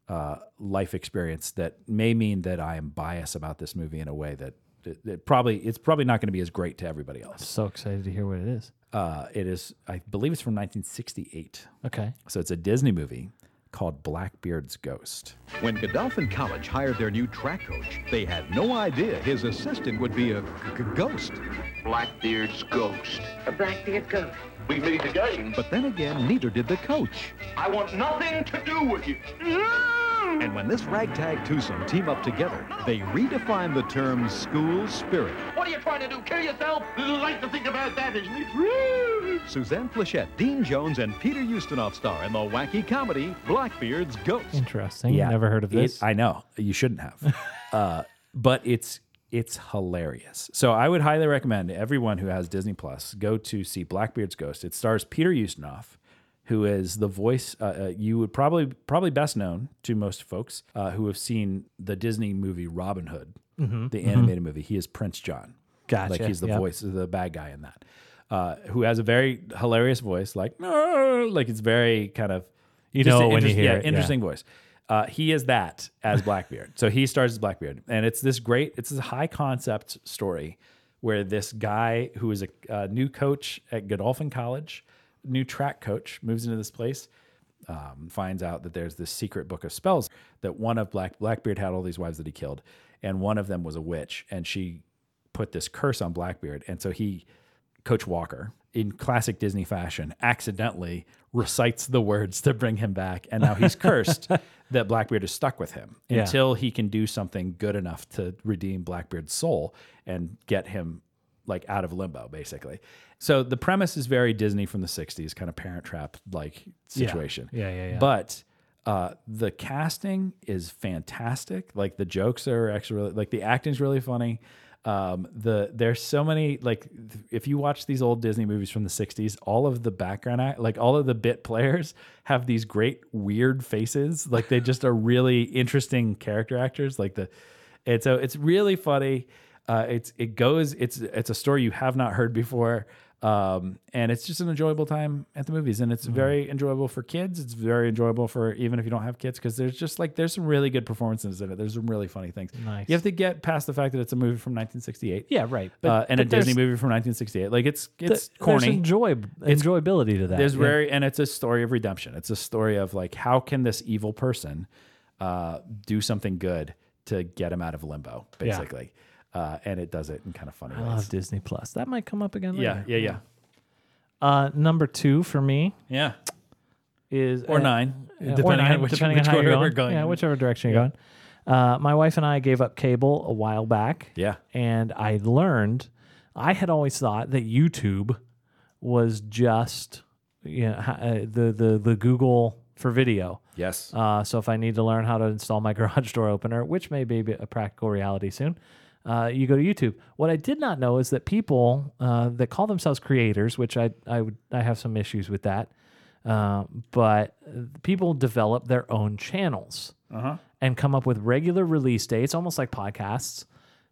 Speaker 1: uh, life experience that may mean that I am biased about this movie in a way that that that probably it's probably not going to be as great to everybody else.
Speaker 2: So excited to hear what it is.
Speaker 1: Uh, it is I believe it's from 1968.
Speaker 2: Okay.
Speaker 1: So it's a Disney movie called Blackbeard's Ghost.
Speaker 3: When Godolphin College hired their new track coach, they had no idea his assistant would be a g- g- ghost.
Speaker 4: Blackbeard's ghost.
Speaker 5: A Blackbeard ghost.
Speaker 4: We meet again.
Speaker 3: But then again, neither did the coach.
Speaker 4: I want nothing to do with you. Mm-hmm.
Speaker 3: And when this ragtag twosome team up together, they redefine the term school spirit.
Speaker 4: What are you trying to do? Kill yourself? Like to think about that, isn't it?
Speaker 3: Suzanne Flechette, Dean Jones, and Peter Ustinov star in the wacky comedy Blackbeard's Ghost.
Speaker 2: Interesting. Never heard of
Speaker 1: It-
Speaker 2: this.
Speaker 1: I know you
Speaker 2: [laughs]
Speaker 1: shouldn't have, uh, but it's it's hilarious. So I would highly recommend everyone who has Disney Plus go to see Blackbeard's Ghost. It stars Peter Ustinov, who is the voice uh, uh, you would probably probably best known to most folks uh, who have seen the Disney movie Robin Hood, the animated movie. He is Prince John.
Speaker 2: Mm-hmm. Gotcha.
Speaker 1: Like he's the
Speaker 2: Yep.
Speaker 1: voice, the bad guy in that, uh, who has a very hilarious voice, like no, like it's very kind of
Speaker 2: You
Speaker 1: just
Speaker 2: know
Speaker 1: an
Speaker 2: when you
Speaker 1: interest-
Speaker 2: hear
Speaker 1: yeah,
Speaker 2: it, yeah.
Speaker 1: interesting voice. Uh, he is that as Blackbeard. so he stars as Blackbeard, and it's this great, it's this high concept story where this guy who is a, uh new coach at Godolphin College, new track coach, moves into this place. Um, finds out that there's this secret book of spells that one of Black Blackbeard had all these wives that he killed, and one of them was a witch, and she put this curse on Blackbeard, and so he Coach Walker, in classic Disney fashion, accidentally recites the words to bring him back. And now he's cursed that Blackbeard is stuck with him
Speaker 2: Yeah.
Speaker 1: until he can do something good enough to redeem Blackbeard's soul and get him like out of limbo, basically. So the premise is very Disney from the 60s, kind of parent trap like situation.
Speaker 2: Yeah, yeah, yeah.
Speaker 1: But uh, the casting is fantastic. Like the jokes are actually really, like the acting's really funny. Um, the there's so many like th- if you watch these old Disney movies from the 60s, all of the background act, like all of the bit players have these great weird faces. Like they just are really interesting character actors. Like the and so it's really funny. Uh, it's it goes. It's it's a story you have not heard before. Um, and it's just an enjoyable time at the movies, and it's
Speaker 2: Mm-hmm.
Speaker 1: very enjoyable for kids. It's very enjoyable for even if you don't have kids, because there's just like there's some really good performances in it. There's some really funny things.
Speaker 2: Nice.
Speaker 1: You have to get past the fact that it's a movie from 1968.
Speaker 2: Yeah, right.
Speaker 1: uh, and a
Speaker 2: there's-
Speaker 1: Disney movie from 1968. Like it's it's
Speaker 2: th-
Speaker 1: corny.
Speaker 2: There's enjoy, enjoyability to that.
Speaker 1: There's
Speaker 2: yeah.
Speaker 1: very and it's a story of redemption. It's a story of like how can this evil person uh, do something good to get him out of limbo, basically. Uh, and it does it in kind of funny
Speaker 2: I
Speaker 1: ways.
Speaker 2: love Disney Plus. That might come up again
Speaker 1: yeah,
Speaker 2: later.
Speaker 1: yeah, yeah,
Speaker 2: Uh, number two for me
Speaker 1: yeah.
Speaker 2: is
Speaker 1: Or nine,
Speaker 2: Yeah, or
Speaker 1: depending
Speaker 2: nine,
Speaker 1: on which,
Speaker 2: Uh, depending
Speaker 1: which
Speaker 2: on how
Speaker 1: way
Speaker 2: you're
Speaker 1: we're
Speaker 2: going.
Speaker 1: going.
Speaker 2: Yeah, whichever direction you're going. Uh, my wife and I gave up cable a while back.
Speaker 1: Yeah.
Speaker 2: and I learned. I had always thought that YouTube was just you know, ha- uh, the the the Google for video.
Speaker 1: Yes.
Speaker 2: Uh, so if I need to learn how to install my [laughs] garage door opener, which may be a practical reality soon, uh, you go to YouTube. What I did not know is that people uh, that call themselves creators, which I I would I have some issues with that, uh, but uh, people develop their own channels and come up with regular release dates, almost like podcasts,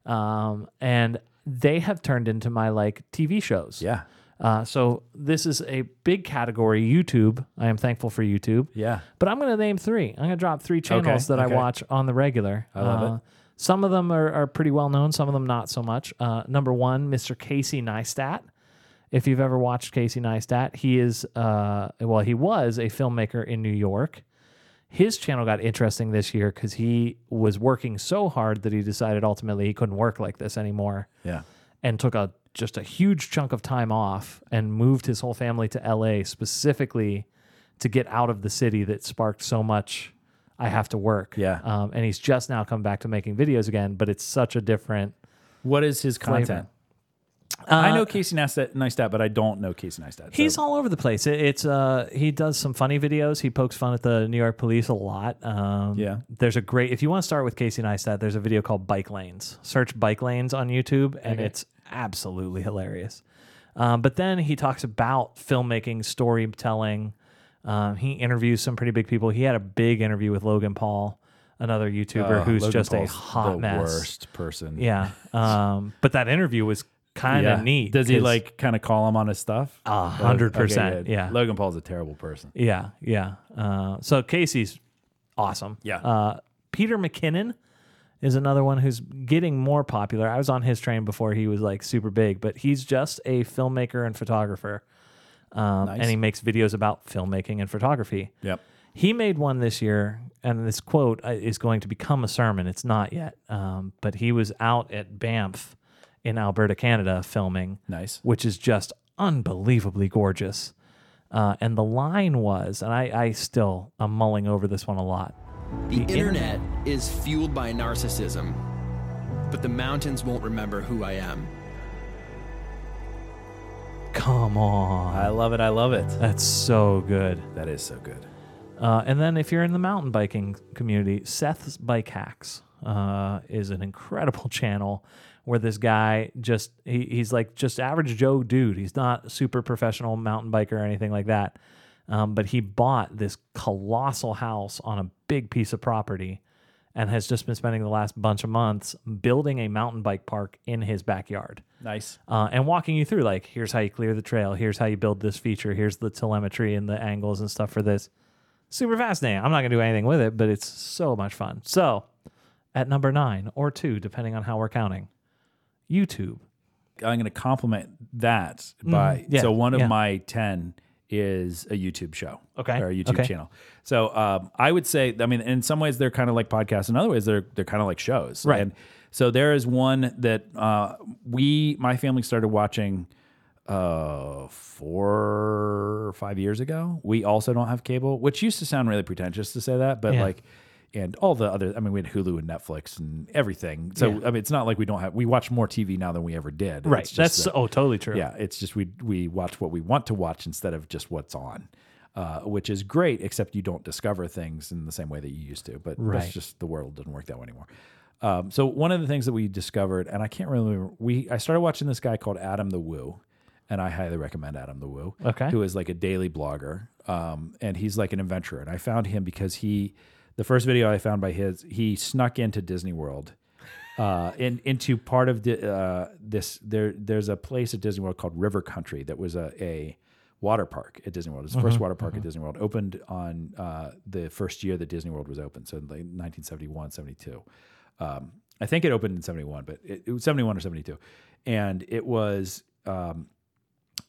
Speaker 2: um, and they have turned into my like TV shows.
Speaker 1: yeah.
Speaker 2: Uh, so this is a big category. YouTube. I am thankful for YouTube.
Speaker 1: Yeah.
Speaker 2: But I'm going to name three. I'm going to drop three channels
Speaker 1: Okay,
Speaker 2: that
Speaker 1: okay.
Speaker 2: I watch on the regular. I
Speaker 1: love
Speaker 2: it. Some of them are, are pretty well known. Some of them not so much. Uh, number one, Mr. Casey Neistat. If you've ever watched Casey Neistat, he is uh, well, he was a filmmaker in New York. His channel got interesting this year because he was working so hard that he decided ultimately he couldn't work like this anymore
Speaker 1: Yeah.
Speaker 2: and took a just a huge chunk of time off and moved his whole family to LA specifically to get out of the city that sparked so much I have to work.
Speaker 1: Yeah.
Speaker 2: Um, and he's just now come back to making videos again, but it's such a different
Speaker 1: What is his content? I know Casey Neistat, Neistat, but I don't know Casey Neistat. so-
Speaker 2: Uh, He's all over the place. It, it's uh, he does some funny videos. He pokes fun at the New York police a lot. Um,
Speaker 1: Yeah.
Speaker 2: there's a great. If you want to start with Casey Neistat, there's a video called Bike Lanes. Search Bike Lanes on YouTube, and it's absolutely hilarious. Um, but then he talks about filmmaking, storytelling. Um, he interviews some pretty big people. He had a big interview with Logan Paul, another YouTuber
Speaker 1: Oh,
Speaker 2: who's
Speaker 1: Logan
Speaker 2: just a
Speaker 1: Paul's
Speaker 2: hot
Speaker 1: the
Speaker 2: mess.
Speaker 1: worst person.
Speaker 2: Yeah. Um, but that interview was kind of
Speaker 1: Yeah.
Speaker 2: neat.
Speaker 1: Does he
Speaker 2: 'cause-
Speaker 1: like kind of call him on his stuff?
Speaker 2: A hundred percent, yeah.
Speaker 1: Logan Paul's a terrible person.
Speaker 2: Yeah, yeah. Uh, so Casey's awesome.
Speaker 1: Yeah.
Speaker 2: Uh, Peter McKinnon is another one who's getting more popular. I was on his train before he was like super big, but he's just a filmmaker and photographer. Um, And he makes videos about filmmaking and photography.
Speaker 1: Yep.
Speaker 2: He made one this year, and this quote uh, is going to become a sermon. It's not yet, um, but he was out at Banff in Alberta, Canada, filming
Speaker 1: Nice.
Speaker 2: which is just unbelievably gorgeous. Uh, and the line was, and I, I still am mulling over this one a lot.
Speaker 5: The internet is fueled by narcissism, but the mountains won't remember who I am.
Speaker 2: Come on.
Speaker 1: I love it. I love it.
Speaker 2: That's so good.
Speaker 1: That is so good.
Speaker 2: Uh, and then if you're in the mountain biking community, Seth's Bike Hacks uh, is an incredible [laughs] channel where this guy just he, he's like just average Joe dude. He's not a super professional mountain biker or anything like that. Um, but he bought this colossal house on a big piece of property and has just been spending the last bunch of months building a mountain bike park in his backyard
Speaker 1: Nice.
Speaker 2: uh, and walking you through like here's how you clear the trail here's how you build this feature here's the telemetry and the angles and stuff for this super fascinating i'm not going to do anything with it but it's so much fun so at number nine or two depending on how we're counting youtube
Speaker 1: I'm going to compliment that by
Speaker 2: Mm-hmm. yeah,
Speaker 1: so one of
Speaker 2: yeah.
Speaker 1: my ten is a YouTube show,
Speaker 2: Okay,
Speaker 1: or a YouTube
Speaker 2: okay.
Speaker 1: channel. So um, I would say, I mean, in some ways they're kind of like podcasts, in other ways they're they're kind of like shows,
Speaker 2: Right.
Speaker 1: And so there is one that uh, we, my family, started watching uh four or five years ago we also don't have cable which used to sound really pretentious to say that but
Speaker 2: Yeah.
Speaker 1: like and all the other i mean we had hulu and netflix and everything so i mean it's not like we don't have we watch more tv now than we ever did It's just
Speaker 2: that's
Speaker 1: that-
Speaker 2: oh totally true
Speaker 1: yeah it's just we we watch what we want to watch instead of just what's on uh, which is great except you don't discover things in the same way that you used to but
Speaker 2: Right.
Speaker 1: that's just the world doesn't work that way anymore um, so one of the things that we discovered and i can't really remember we i started watching this guy called adam the woo and i highly recommend adam the woo
Speaker 2: Okay.
Speaker 1: who is like a daily blogger um, and he's like an adventurer and i found him because he the first video i found by his he snuck into disney world uh, in, into part of the, uh, this. There, there's a place at Disney World called River Country that was a, a water park at Disney World. It's the first water park at Disney World. Opened on uh, the first year that Disney World was open, so in like 1971, 72. Um, I think it opened in 71, but it, it was 71 or 72, and it was um,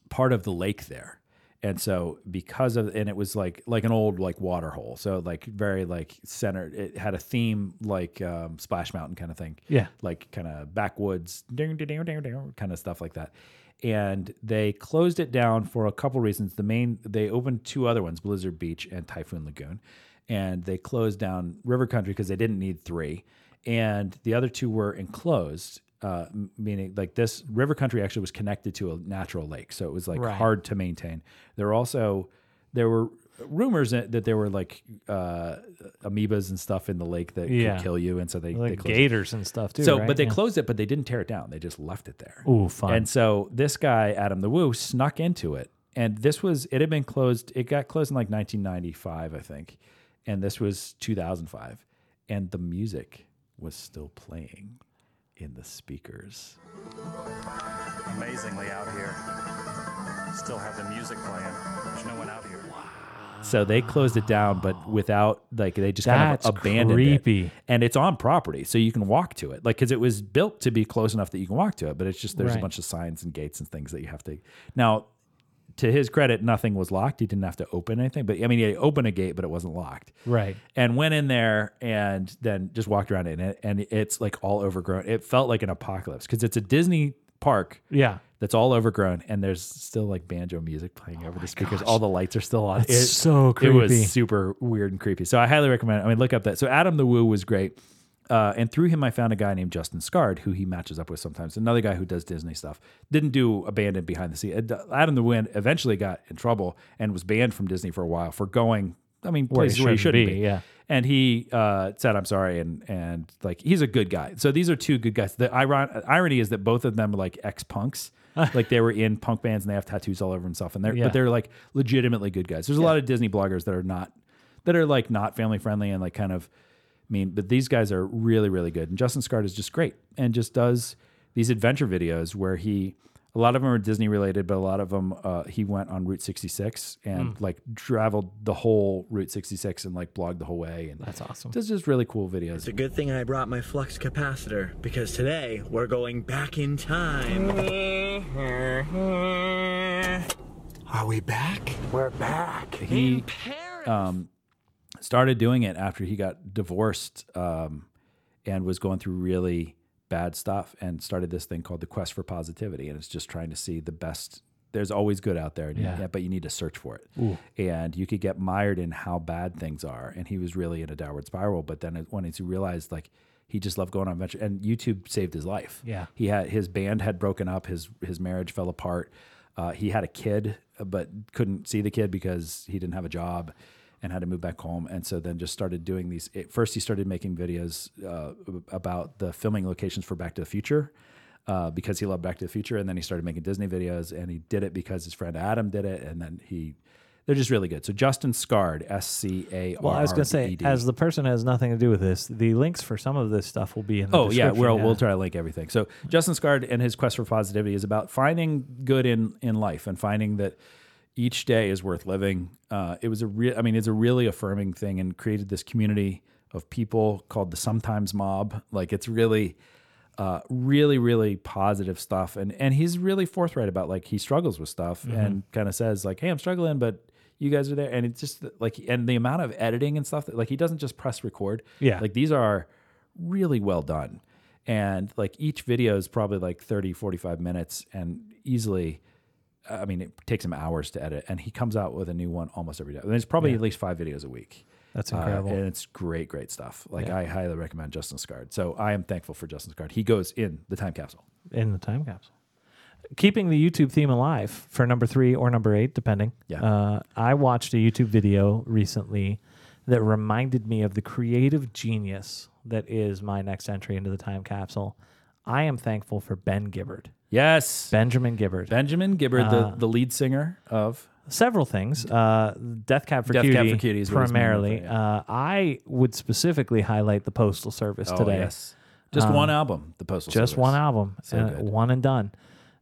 Speaker 1: part of the lake there. And so because of and it was like like an old like water hole. So like very like centered it had a theme like um Splash Mountain kind of thing.
Speaker 2: Yeah.
Speaker 1: Like kind of backwoods ding ding ding ding ding kind of stuff like that. And they closed it down for a couple reasons. The main they opened two other ones, Blizzard Beach and Typhoon Lagoon. And they closed down River Country because they didn't need three. And the other two were enclosed, uh, m- meaning like this River Country actually was connected to a natural lake. So it was like
Speaker 2: Right.
Speaker 1: hard to maintain. There were also there were rumors that that there were like uh, amoebas and stuff in the lake that
Speaker 2: Yeah.
Speaker 1: could kill you, and so they, they
Speaker 2: like
Speaker 1: closed
Speaker 2: gators and stuff too.
Speaker 1: it. So,
Speaker 2: right?
Speaker 1: but they
Speaker 2: Yeah.
Speaker 1: closed it, but they didn't tear it down. They just left it there.
Speaker 2: Ooh, fun.
Speaker 1: And so this guy Adam the Woo snuck into it, and this was it had been closed. It got closed in like 1995, I think, and this was 2005, and the music was still playing in the speakers.
Speaker 6: amazingly out here. Still have the music playing. There's no one out here.
Speaker 1: So they closed it down, but without like they just
Speaker 2: That's
Speaker 1: kind of abandoned it.
Speaker 2: creepy.
Speaker 1: And it's on property, so you can walk to it, like because it was built to be close enough that you can walk to it. But it's just there's
Speaker 2: Right.
Speaker 1: a bunch of signs and gates and things that you have to. Now, to his credit, nothing was locked. He didn't have to open anything. But I mean, he opened a gate, but it wasn't locked.
Speaker 2: Right.
Speaker 1: And went in there and then just walked around it, and, it, and it's like all overgrown. It felt like an apocalypse because it's a Disney park
Speaker 2: Yeah.
Speaker 1: that's all overgrown and there's still like banjo music playing
Speaker 2: Oh
Speaker 1: over the speakers all the lights are still on
Speaker 2: That's so
Speaker 1: it
Speaker 2: creepy.
Speaker 1: was super weird and creepy so i highly recommend it. i mean look up that so adam the woo was great uh, and through him i found a guy named justin scard who he matches up with sometimes another guy who does disney stuff didn't do abandoned behind the scenes adam the woo eventually got in trouble and was banned from disney for a while for going i mean
Speaker 2: Where he
Speaker 1: places where he
Speaker 2: shouldn't
Speaker 1: shouldn't
Speaker 2: be,
Speaker 1: be,
Speaker 2: yeah.
Speaker 1: and he uh, said, "I'm sorry," and and like he's a good guy. So these are two good guys. The iron- irony is that both of them are like ex punks, like they were in punk bands and they have tattoos all over themselves, and they're
Speaker 2: Yeah.
Speaker 1: but they're like legitimately good guys. There's a lot of Disney bloggers that are not that are like not family friendly and like kind of mean, but these guys are really really good. And Justin Scott is just great and just does these adventure videos where he. A lot of them are Disney related, but a lot of them uh, he went on Route 66 and like traveled the whole Route 66 and like blogged the whole way. And
Speaker 2: That's awesome.
Speaker 1: does just really cool videos.
Speaker 7: It's a good thing I brought my flux capacitor because today we're going back in time. [laughs] Are we back? We're back.
Speaker 1: He um, started doing it after he got divorced um, and was going through really bad stuff and started this thing called the quest for positivity. And it's just trying to see the best. There's always good out there, and you-
Speaker 2: Yeah.
Speaker 1: but you need to search for it. And you could get mired in how bad things are. And he was really in a downward spiral. But then it- when he realized, like, he just loved going on adventure, and YouTube saved his life.
Speaker 2: Yeah.
Speaker 1: he had his band had broken up his his marriage fell apart uh, he had a kid uh, but couldn't see the kid because he didn't have a job and had to move back home and so then just started doing these at first he started making videos uh, about the filming locations for back to the future uh, because he loved back to the future and then he started making disney videos and he did it because his friend adam did it and then he they're just really good so justin scard s-c-a-r
Speaker 2: Well, I was gonna
Speaker 1: E
Speaker 2: say, as the person has nothing to do with this, the links for some of this stuff will be in. the
Speaker 1: Oh yeah,
Speaker 2: description,
Speaker 1: we'll we'll try to link everything. So Justin Scard and his quest for positivity is about finding good in in life and finding that each day is worth living. Uh, it was a real, I mean, it's a really affirming thing and created this community of people called the Sometimes Mob. Like it's really, uh, really, really positive stuff. And and he's really forthright about like he struggles with stuff and kind of says like, hey, I'm struggling, but you guys are there. And it's just like, and the amount of editing and stuff that like he doesn't just press record.
Speaker 2: Yeah.
Speaker 1: like these are really well done and like each video is probably like 30 45 minutes and easily i mean it takes him hours to edit and he comes out with a new one almost every day and there's probably at least five videos a week
Speaker 2: That's
Speaker 1: Uh,
Speaker 2: incredible.
Speaker 1: and it's great great stuff like i highly recommend justin scard so i am thankful for justin scard he goes in the time capsule
Speaker 2: in the time capsule. Keeping the YouTube theme alive for number three or number eight, depending.
Speaker 1: Yeah.
Speaker 2: Uh, I watched a YouTube video recently that reminded me of the creative genius that is my next entry into the time capsule. I am thankful for Ben Gibbard,
Speaker 1: yes
Speaker 2: Benjamin Gibbard.
Speaker 1: benjamin gibbard
Speaker 2: Uh.
Speaker 1: the, the lead singer of
Speaker 2: Several things. Uh, Death Cab for
Speaker 1: Death
Speaker 2: Cutie,
Speaker 1: Cab for Cutie is what it's mainly
Speaker 2: primarily.
Speaker 1: for,
Speaker 2: uh, I would specifically highlight the Postal Service today.
Speaker 1: Oh, Just one album, The Postal
Speaker 2: just
Speaker 1: Service.
Speaker 2: one album, and
Speaker 1: good.
Speaker 2: one and done.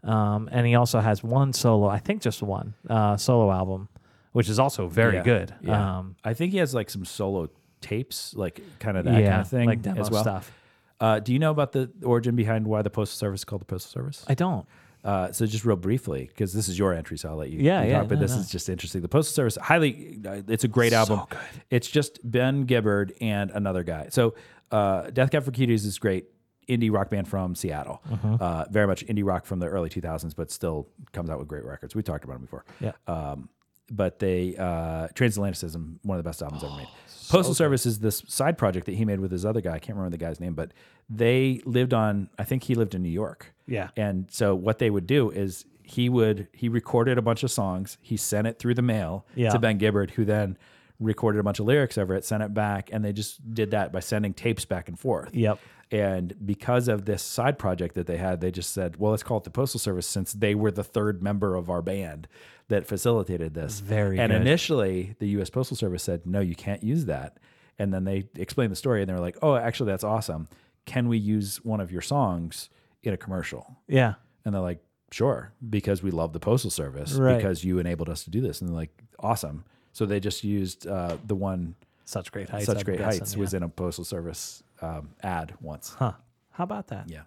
Speaker 2: Um, and he also has one solo, I think just one uh, solo album, which is also very
Speaker 1: Yeah,
Speaker 2: good.
Speaker 1: yeah.
Speaker 2: Um,
Speaker 1: I think he has like some solo tapes, like kind of that
Speaker 2: yeah,
Speaker 1: kind of thing
Speaker 2: like demo
Speaker 1: as well.
Speaker 2: stuff.
Speaker 1: Uh, do you know about the origin behind why the Postal Service is called the Postal Service?
Speaker 2: I don't.
Speaker 1: Uh, so just real briefly, because this is your entry, so I'll let you.
Speaker 2: Yeah,
Speaker 1: you
Speaker 2: yeah,
Speaker 1: Talk, but
Speaker 2: no,
Speaker 1: this
Speaker 2: no.
Speaker 1: is just interesting. The Postal Service, highly, uh, it's a great album. It's just Ben Gibbard and another guy. So uh, Death Cab for Cuties is great indie rock band from Seattle.
Speaker 2: Mm-hmm.
Speaker 1: Uh, very much indie rock from the early 2000s, but still comes out with great records. We talked about them before.
Speaker 2: Yeah.
Speaker 1: Um, but they uh, Transatlanticism, one of the best albums
Speaker 2: [gasps]
Speaker 1: ever made. Postal Service is this side project that he made with his other guy. I can't remember the guy's name, but they lived on. I think he lived in New York.
Speaker 2: Yeah.
Speaker 1: And so what they would do is he would he recorded a bunch of songs. He sent it through the mail
Speaker 2: Yeah.
Speaker 1: to Ben Gibbard, who then recorded a bunch of lyrics over it, sent it back, and they just did that by sending tapes back and forth.
Speaker 2: Yep.
Speaker 1: And because of this side project that they had, they just said, "Well, let's call it the Postal Service," since they were the third member of our band that facilitated this.
Speaker 2: Very
Speaker 1: And
Speaker 2: good.
Speaker 1: initially, the U.S. Postal Service said, "No, you can't use that." And then they explained the story, and they were like, "Oh, actually, that's awesome. Can we use one of your songs in a commercial?"
Speaker 2: Yeah.
Speaker 1: And they're like, sure, because we love the postal service,
Speaker 2: Right.
Speaker 1: because you enabled us to do this. And they're like, awesome. So they just used uh, the one
Speaker 2: Such great heights.
Speaker 1: such
Speaker 2: I'm
Speaker 1: great
Speaker 2: guessing,
Speaker 1: heights
Speaker 2: yeah.
Speaker 1: was in a postal service um, ad once.
Speaker 2: Huh. How about that?
Speaker 1: Yeah.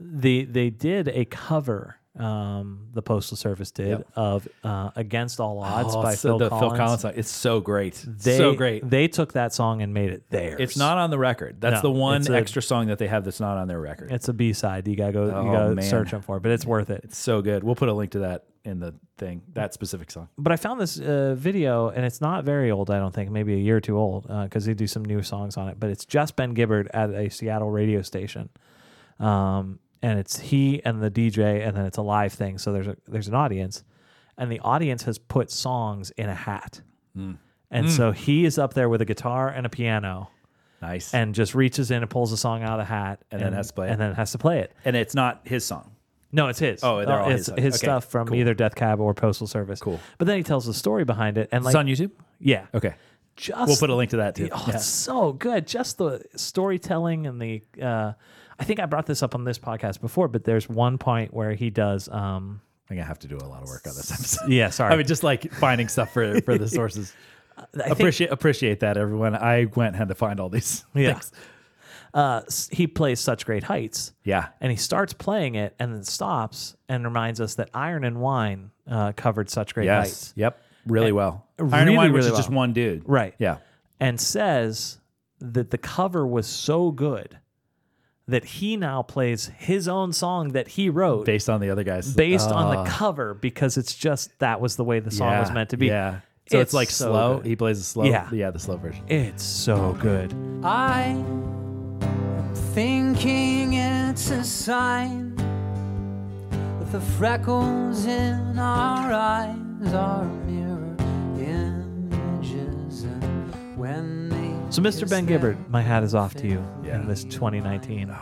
Speaker 2: They they did a cover. Um, the Postal Service did of uh, "Against All Odds"
Speaker 1: Oh,
Speaker 2: by
Speaker 1: so
Speaker 2: Phil,
Speaker 1: the
Speaker 2: Collins.
Speaker 1: Phil Collins song. It's so great.
Speaker 2: They,
Speaker 1: so great.
Speaker 2: They took that song and made it theirs.
Speaker 1: it's not on the record. That's
Speaker 2: No,
Speaker 1: the one
Speaker 2: it's a-
Speaker 1: extra song that they have that's not on their record. It's
Speaker 2: It's a B side. You gotta go.
Speaker 1: Oh,
Speaker 2: you gotta
Speaker 1: man.
Speaker 2: search them for it, but it's worth it.
Speaker 1: so good. We'll put a link to that in the thing, that specific song.
Speaker 2: but I found this uh, video, and it's not very old. I don't think, maybe a year or two old, because they do some new songs on it. But it's just Ben Gibbard at a Seattle radio station, um, and it's he and the DJ, and then it's a live thing. So there's a there's an audience, and the audience has put songs in a hat,
Speaker 1: Hmm.
Speaker 2: and so he is up there with a guitar and a piano,
Speaker 1: Nice. And,
Speaker 2: and just reaches in and pulls a song out of the hat, and,
Speaker 1: then has to play it.
Speaker 2: and then has to play it.
Speaker 1: it's not his song.
Speaker 2: No, it's his.
Speaker 1: Oh, they're all
Speaker 2: it's
Speaker 1: his songs. Okay,
Speaker 2: stuff from
Speaker 1: cool.
Speaker 2: either Death Cab or Postal Service.
Speaker 1: Cool.
Speaker 2: But then he tells the story behind it, and like
Speaker 1: it's on YouTube?
Speaker 2: yeah,
Speaker 1: Okay.
Speaker 2: just
Speaker 1: We'll put a link to that too.
Speaker 2: Oh,
Speaker 1: Yeah.
Speaker 2: it's so good. Just the storytelling and the. Uh, I think I brought this up on this podcast before, but there's one point where he does. Um,
Speaker 1: I'm gonna have to do a lot of work on this episode.
Speaker 2: yeah, sorry.
Speaker 1: I mean, just like finding stuff for for the [laughs] sources.
Speaker 2: I think-
Speaker 1: appreciate appreciate that, everyone. I went and had to find all [laughs] these.
Speaker 2: Yeah.
Speaker 1: things.
Speaker 2: Uh, s- he plays such great heights.
Speaker 1: Yeah.
Speaker 2: And he starts playing it and then stops and reminds us that Iron and Wine uh, covered such great
Speaker 1: Yes.
Speaker 2: heights.
Speaker 1: Yep. Really well.
Speaker 2: really,
Speaker 1: Iron and Wine, which
Speaker 2: really
Speaker 1: is just
Speaker 2: well.
Speaker 1: one dude.
Speaker 2: Right.
Speaker 1: Yeah.
Speaker 2: and says that the cover was so good that he now plays his own song that he wrote based,
Speaker 1: Based on the other guys.
Speaker 2: on
Speaker 1: Uh,
Speaker 2: the cover because it's just that was the way the song was
Speaker 1: yeah,
Speaker 2: meant to be.
Speaker 1: Yeah. So it's,
Speaker 2: It's
Speaker 1: like
Speaker 2: so
Speaker 1: slow.
Speaker 2: good.
Speaker 1: He plays the slow.
Speaker 2: Yeah.
Speaker 1: Yeah. The slow version.
Speaker 2: It's so good.
Speaker 7: I thinking it's a sign that the freckles in our eyes are mirror images, and when they
Speaker 2: So, Mr.
Speaker 7: kiss
Speaker 2: Ben
Speaker 7: their
Speaker 2: Gibbard, my hat is off to you
Speaker 1: Yeah. Ah.
Speaker 2: in this 2019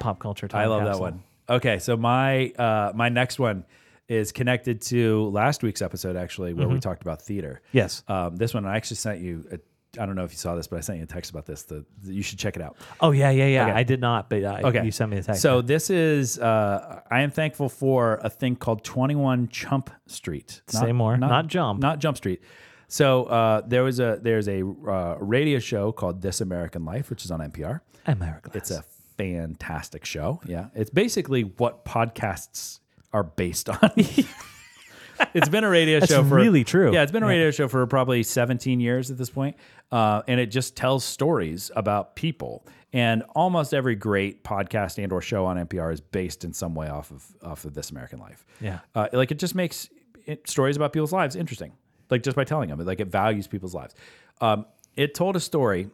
Speaker 2: pop culture time.
Speaker 1: I love that
Speaker 2: capsule.
Speaker 1: one. Okay, so my uh, my next one is connected to last week's episode actually, where
Speaker 7: Mm-hmm.
Speaker 1: we talked about theater.
Speaker 2: Yes.
Speaker 1: Um, this one I actually sent you. A, I don't know if you saw this, but I sent you a text about this. The, you should check it out.
Speaker 2: Oh, yeah, yeah, yeah.
Speaker 1: Okay.
Speaker 2: I did not, but uh,
Speaker 1: Okay,
Speaker 2: you sent me a text.
Speaker 1: So this is uh, I am thankful for a thing called Twenty One Chump Street.
Speaker 2: Say more. Not Jump.
Speaker 1: Not Jump Street. So uh, there was a there's a uh, radio show called This American Life, which is on NPR.
Speaker 2: America.
Speaker 1: It's a fantastic show. Yeah. It's basically what podcasts are based on. [laughs] it's been a radio show for
Speaker 2: really true.
Speaker 1: Yeah, it's been a radio show for probably 17 years at this point. Uh, and it just tells stories about people. And almost every great podcast and or show on NPR is based in some way off of off of This American Life.
Speaker 2: Yeah.
Speaker 1: Uh, like it just makes it, stories about people's lives interesting. Like just by telling them, like it values people's lives. Um, it told a story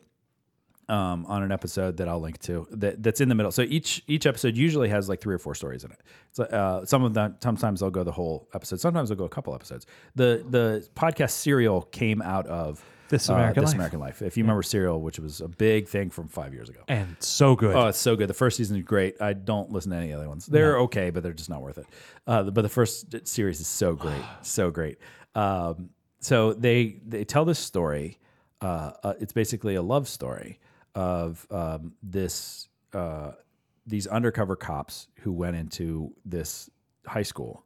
Speaker 1: um, on an episode that I'll link to that, that's in the middle. So each each episode usually has like three or four stories in it. So uh, some of them sometimes they'll go the whole episode. Sometimes they'll go a couple episodes. The the podcast Serial came out of
Speaker 2: This
Speaker 1: uh,
Speaker 2: American
Speaker 1: This
Speaker 2: Life.
Speaker 1: American Life. If you remember Serial, which was a big thing from five years ago.
Speaker 2: and so good.
Speaker 1: Oh, it's so good. The first season is great. I don't listen to any other ones. They're okay, but they're just not worth it. Uh, but the first series is so great, so great. Um, so they they tell this story. Uh, uh, it's basically a love story of um, this uh, these undercover cops who went into this high school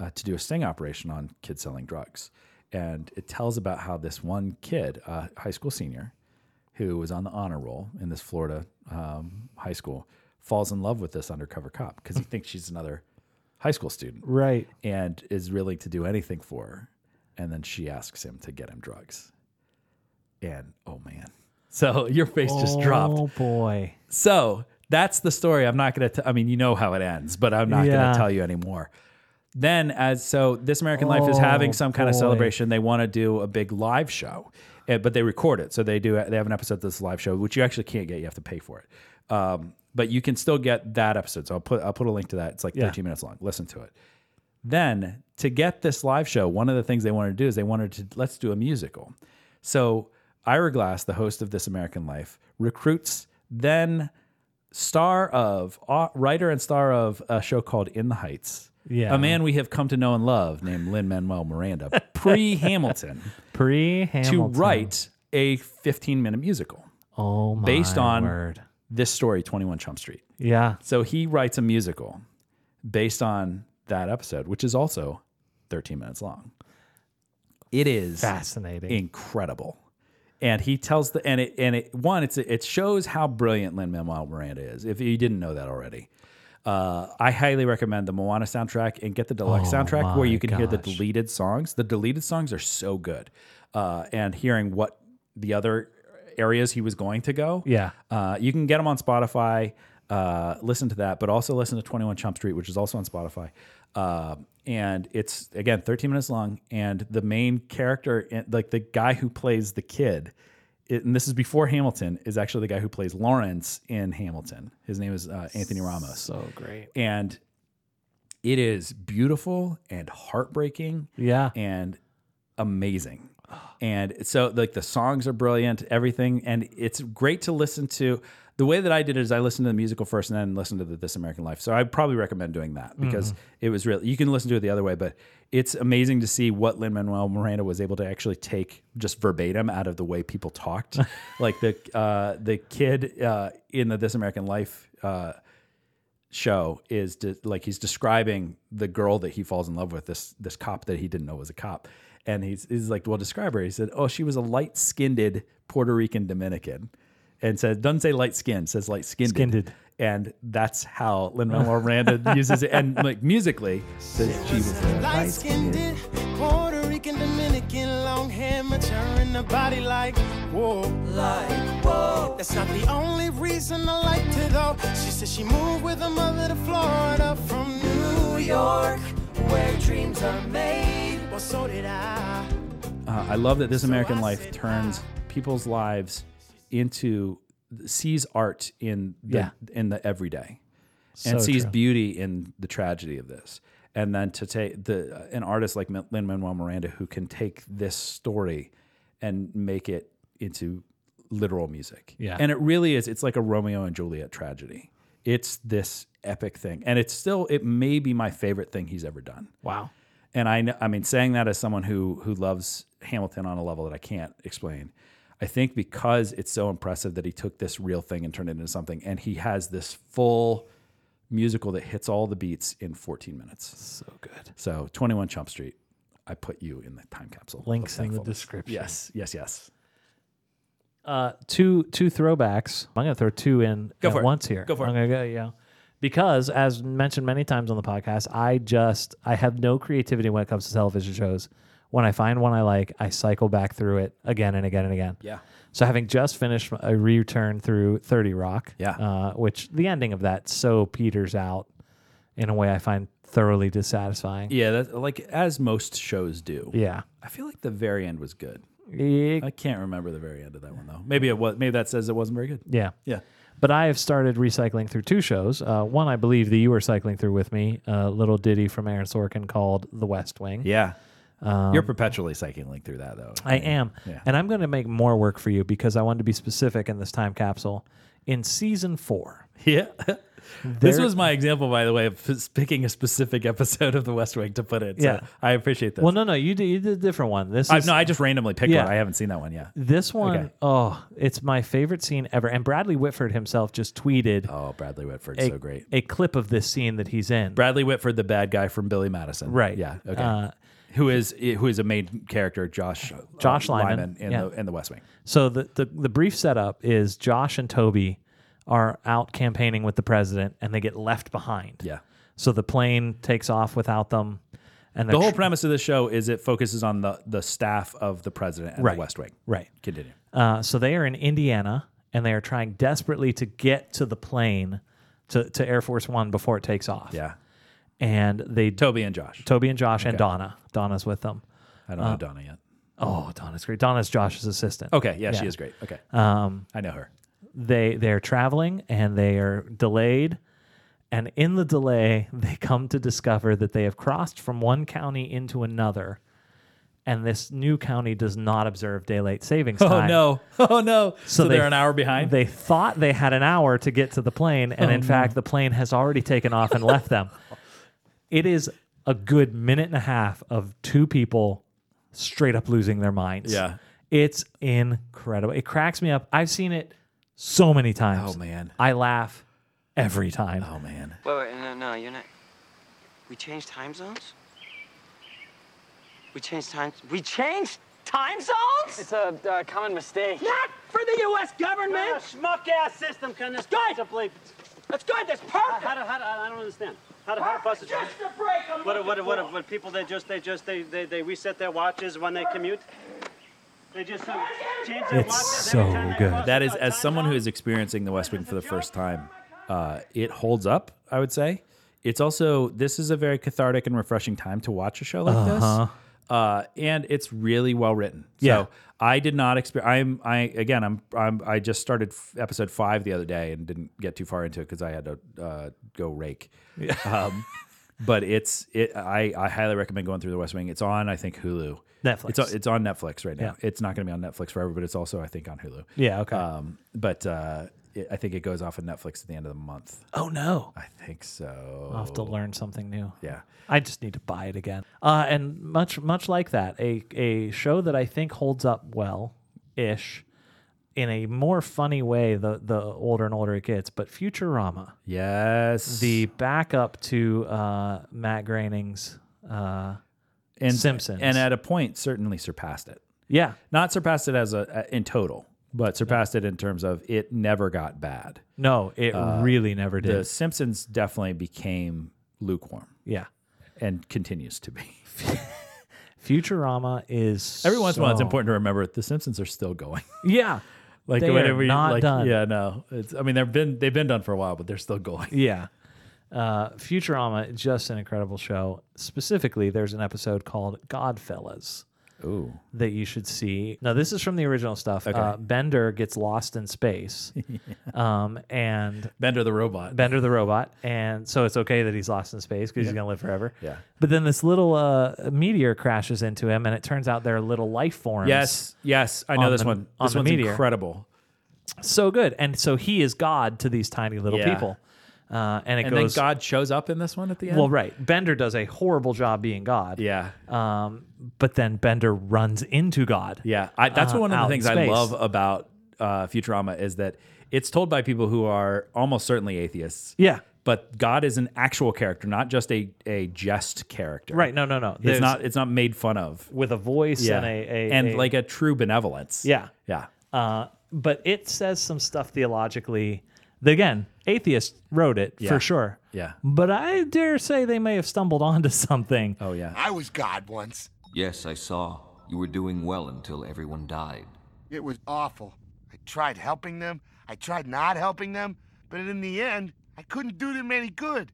Speaker 1: uh, to do a sting operation on kids selling drugs. And it tells about how this one kid, a high school senior, who was on the honor roll in this Florida um, high school, falls in love with this undercover cop because he thinks she's another high school student
Speaker 2: Right.
Speaker 1: and is willing to do anything for her. And then she asks him to get him drugs. And oh man. So your face just dropped.
Speaker 2: Oh boy.
Speaker 1: So that's the story. I'm not going to, I mean, you know how it ends, but I'm not going
Speaker 2: Yeah.
Speaker 1: to tell you anymore. Then, as so, This American Life is having
Speaker 2: Oh,
Speaker 1: some kind of
Speaker 2: boy.
Speaker 1: celebration. They want to do a big live show, eh, but they record it. So they do, they have an episode of this live show, which you actually can't get. You have to pay for it. Um, but you can still get that episode. So I'll put, I'll put a link to that. It's like 13 minutes long. Listen to it. Then to get this live show, one of the things they wanted to do is they wanted to let's do a musical. So Ira Glass, the host of This American Life, recruits then star of au- writer and star of a show called In the Heights.
Speaker 2: Yeah.
Speaker 1: A man we have come to know and love named Lynn
Speaker 2: [laughs]
Speaker 1: Manuel Miranda, pre Hamilton,
Speaker 2: Pre
Speaker 1: to
Speaker 2: Hamilton.
Speaker 1: write a 15 minute musical
Speaker 2: Oh my
Speaker 1: based on
Speaker 2: word.
Speaker 1: this story, 21 Chump Street.
Speaker 2: Yeah.
Speaker 1: So he writes a musical based on that episode, which is also 13 minutes long. It is
Speaker 2: Fascinating.
Speaker 1: incredible. And he tells the and it and it one it's it shows how brilliant Lin Manuel Miranda is. If you didn't know that already, uh, I highly recommend the Moana soundtrack and get the deluxe
Speaker 2: Oh
Speaker 1: soundtrack where you can hear the deleted songs. The deleted songs are so good, uh, and hearing what the other areas he was going to go.
Speaker 2: Yeah.
Speaker 1: uh, you can get them on Spotify. Uh, listen to that, but also listen to Twenty One Chump Street, which is also on Spotify. Uh, and it's again 13 minutes long, and the main character, in- like the guy who plays the kid, it- and this is before Hamilton, is actually the guy who plays Lawrence in Hamilton. His name is uh, Anthony Ramos. So great. And it is beautiful and heartbreaking
Speaker 2: Yeah.
Speaker 1: and amazing. And so like the songs are brilliant, everything, and it's great to listen to. The way that I did it is I listened to the musical first and then listened to the This American Life. So I probably recommend doing that because it was real. You can listen to it the other way, but it's amazing to see what Lin Manuel Miranda was able to actually take just verbatim out of the way people talked. like the uh, the kid uh, in the This American Life uh, show is de- like he's describing the girl that he falls in love with this this cop that he didn't know was a cop and he's, he's like well describe her he said oh she was a light skinned puerto rican dominican and said doesn't say light skinned says light skinned
Speaker 2: Skinned.
Speaker 1: and that's how lin manuel miranda [laughs] uses it and like musically says she was a light skinned
Speaker 7: Puerto Rican, Dominican, long hair, mature in the body like whoa. Like whoa. That's not the only reason I liked her though. She said she moved with her mother to Florida from New York, where dreams are made. Well, so did I.
Speaker 1: Uh, I love that this American life turns people's lives into sees art in the
Speaker 2: Yeah.
Speaker 1: in the everyday,
Speaker 2: So
Speaker 1: and sees
Speaker 2: true.
Speaker 1: beauty in the tragedy of this. And then to take the an artist like Lin Manuel Miranda who can take this story and make it into literal music.
Speaker 2: Yeah.
Speaker 1: and it really is. It's like a Romeo and Juliet tragedy. It's this epic thing, and it's still it may be my favorite thing he's ever done
Speaker 2: Wow.
Speaker 1: and I, kn- I mean, saying that as someone who who loves Hamilton on a level that I can't explain, I think because it's so impressive that he took this real thing and turned it into something, and he has this full musical that hits all the beats in 14 minutes.
Speaker 2: So good.
Speaker 1: So 21 Chump Street, I put you in the time capsule. of
Speaker 2: Links in the
Speaker 1: thankfulness.
Speaker 2: description.
Speaker 1: Yes, yes, yes.
Speaker 2: Uh, two two throwbacks. I'm gonna throw two in
Speaker 1: Go
Speaker 2: at
Speaker 1: for it.
Speaker 2: once here.
Speaker 1: Go for
Speaker 2: I'm
Speaker 1: it.
Speaker 2: gonna go, yeah. Because as mentioned many times on the podcast, I just I have no creativity when it comes to television shows. When I find one I like, I cycle back through it again and again and again.
Speaker 1: Yeah.
Speaker 2: So having just finished a return through 30 Rock,
Speaker 1: Yeah.
Speaker 2: uh, which the ending of that so peters out in a way I find thoroughly dissatisfying.
Speaker 1: Yeah, that, like as most shows do.
Speaker 2: Yeah.
Speaker 1: I feel like the very end was good.
Speaker 2: Yeah.
Speaker 1: I can't remember the very end of that one though. Maybe it was. Maybe that says it wasn't very good.
Speaker 2: Yeah.
Speaker 1: Yeah.
Speaker 2: But I have started recycling through two shows. Uh, one, I believe that you were cycling through with me, a little ditty from Aaron Sorkin called The West Wing.
Speaker 1: Yeah. You're perpetually cycling through that though.
Speaker 2: Um, I am.
Speaker 1: Yeah.
Speaker 2: And I'm going to make more work for you because I wanted to be specific in this time capsule. In season four,
Speaker 1: [laughs] Yeah. This
Speaker 2: There-
Speaker 1: was my example, by the way, of [laughs] f- picking a specific episode of The West Wing to put it. So
Speaker 2: Yeah.
Speaker 1: I appreciate that.
Speaker 2: Well, no, no, you did, you did a different one. This
Speaker 1: I,
Speaker 2: is
Speaker 1: no, I just randomly picked
Speaker 2: Yeah.
Speaker 1: one. I haven't seen that one yet.
Speaker 2: this one
Speaker 1: Okay.
Speaker 2: oh it's my favorite scene ever. And Bradley Whitford himself just tweeted
Speaker 1: Oh, Bradley Whitford's
Speaker 2: a,
Speaker 1: so great.
Speaker 2: a clip of this scene that he's in.
Speaker 1: Bradley Whitford, the bad guy from Billy Madison.
Speaker 2: Right.
Speaker 1: Yeah. Okay.
Speaker 2: Uh,
Speaker 1: who is who is a main character, Josh uh,
Speaker 2: Josh Lyman,
Speaker 1: in
Speaker 2: yeah.
Speaker 1: the in the West Wing.
Speaker 2: So the, the the brief setup is Josh and Toby are out campaigning with the president, and they get left behind.
Speaker 1: Yeah.
Speaker 2: So the plane takes off without them, and
Speaker 1: The
Speaker 2: they're
Speaker 1: whole
Speaker 2: tr-
Speaker 1: premise of this show is it focuses on the the staff of the president at
Speaker 2: Right.
Speaker 1: the West Wing.
Speaker 2: right.
Speaker 1: Continue.
Speaker 2: Uh, so they are in Indiana, and they are trying desperately to get to the plane to to Air Force One before it takes off.
Speaker 1: Yeah.
Speaker 2: and they
Speaker 1: Toby and Josh.
Speaker 2: Toby and Josh and Donna. Donna's with them.
Speaker 1: I don't
Speaker 2: uh,
Speaker 1: know Donna yet.
Speaker 2: Oh, Donna's great. Donna's Josh's assistant.
Speaker 1: Okay. Yeah, Um, she is great. Okay. I know her.
Speaker 2: they they're traveling and they are delayed and in the delay [laughs] they come to discover that they have crossed from one county into another and this new county does not observe daylight savings time.
Speaker 1: [laughs] Oh no. So,
Speaker 2: they-
Speaker 1: they, are an hour behind. Oh,
Speaker 2: They thought they had an hour to get to the plane and in fact the plane has already taken off and left
Speaker 1: [laughs]
Speaker 2: them. It is a good minute and a half of two people straight up losing their minds.
Speaker 1: Yeah.
Speaker 2: It's incredible. It cracks me up. I've seen it so many times.
Speaker 1: Oh, man.
Speaker 2: I laugh every time.
Speaker 1: oh man.
Speaker 8: Wait, wait, no, no, you're not. We changed time zones? We changed time. We changed time zones? It's a uh, common mistake. Not for the U.S. government. schmuck ass Ah, system can this good. Simply. That's good. That's perfect. How, how, I don't understand. How to how fuss Just the break. I'm what, what, what, what, people? They just they just they they, they reset their watches when they commute. They just uh, change their
Speaker 2: It's so good.
Speaker 1: That is, as someone who is experiencing the West Wing for the first time, uh, it holds up. I would say it's also this is a very cathartic and refreshing time to watch a show like this, uh, and it's really well written.
Speaker 2: Uh-huh. Yeah.
Speaker 1: So I did not experience. I'm I again. I'm, I'm I just started f- episode five the other day and didn't get too far into it because I had to uh, go rake. Um, but it's it. I I highly recommend going through the West Wing. It's on I think Hulu.
Speaker 2: Netflix.
Speaker 1: It's on, it's on Netflix right now.
Speaker 2: Yeah.
Speaker 1: It's not going to be on Netflix forever, but it's also I think on Hulu.
Speaker 2: Yeah, okay.
Speaker 1: Um, but uh, it, I think it goes off of Netflix at the end of the month.
Speaker 2: oh no.
Speaker 1: I think so.
Speaker 2: I'll have to learn something new.
Speaker 1: Yeah.
Speaker 2: I just need to buy it again. Uh, and much much like that, a a show that I think holds up well ish in a more funny way the the older and older it gets, but Futurama.
Speaker 1: Yes.
Speaker 2: The backup to uh, Matt Groening's uh,
Speaker 1: and,
Speaker 2: Simpsons.
Speaker 1: and at a point certainly surpassed it.
Speaker 2: yeah.
Speaker 1: Not surpassed it as a, a in total, but surpassed it in terms of it never got bad.
Speaker 2: No, it really never did.
Speaker 1: Uh, The Simpsons definitely became lukewarm
Speaker 2: Yeah.
Speaker 1: and continues to be. [laughs]
Speaker 2: Futurama is
Speaker 1: Every once in a while, it's
Speaker 2: so-
Speaker 1: important to remember the Simpsons are still going. [laughs]
Speaker 2: Yeah.
Speaker 1: like
Speaker 2: They are
Speaker 1: whenever you
Speaker 2: not
Speaker 1: like,
Speaker 2: done.
Speaker 1: yeah, no. It's I mean they've been they've been done for a while, but they're still going. [laughs]
Speaker 2: Yeah. Uh, Futurama, just an incredible show. Specifically, there's an episode called Godfellas
Speaker 1: Ooh.
Speaker 2: that you should see. Now, this is from the original stuff. Uh, Bender gets lost in
Speaker 1: [laughs]
Speaker 2: space, um, and
Speaker 1: Bender the robot.
Speaker 2: Bender the robot, and so it's okay that he's lost in space because he's gonna live forever.
Speaker 1: Yeah.
Speaker 2: But then this little uh, meteor crashes into him, and it turns out they're little life forms.
Speaker 1: Yes, yes, I know
Speaker 2: on
Speaker 1: this
Speaker 2: the-
Speaker 1: one.
Speaker 2: on
Speaker 1: This
Speaker 2: the
Speaker 1: one's
Speaker 2: meteor.
Speaker 1: incredible.
Speaker 2: So good, and so he is God to these tiny little
Speaker 1: Yeah.
Speaker 2: people. Uh, and it
Speaker 1: And
Speaker 2: goes
Speaker 1: then God shows up in this one at the end.
Speaker 2: Well, right. Bender does a horrible job being God.
Speaker 1: yeah,
Speaker 2: Um, but then Bender runs into God.
Speaker 1: yeah. I, that's
Speaker 2: Uh,
Speaker 1: one of
Speaker 2: out in
Speaker 1: the things I
Speaker 2: space.
Speaker 1: love about uh, Futurama is that it's told by people who are almost certainly atheists.
Speaker 2: Yeah.
Speaker 1: but God is an actual character, not just a a jest character.
Speaker 2: Right. No, no, no.
Speaker 1: it's
Speaker 2: There's-
Speaker 1: not. It's not made fun of.
Speaker 2: with a voice
Speaker 1: Yeah,
Speaker 2: and a, a
Speaker 1: and
Speaker 2: a-
Speaker 1: like a true benevolence.
Speaker 2: Yeah.
Speaker 1: yeah.
Speaker 2: Uh, but it says some stuff theologically. That, again, atheists wrote it
Speaker 1: Yeah.
Speaker 2: for sure.
Speaker 1: Yeah.
Speaker 2: But I dare say they may have stumbled [laughs] onto something.
Speaker 1: Oh yeah.
Speaker 7: I was God once.
Speaker 8: Yes, I saw. You were doing well until everyone died.
Speaker 7: It was awful. I tried helping them, I tried not helping them, but in the end, I couldn't do them any good.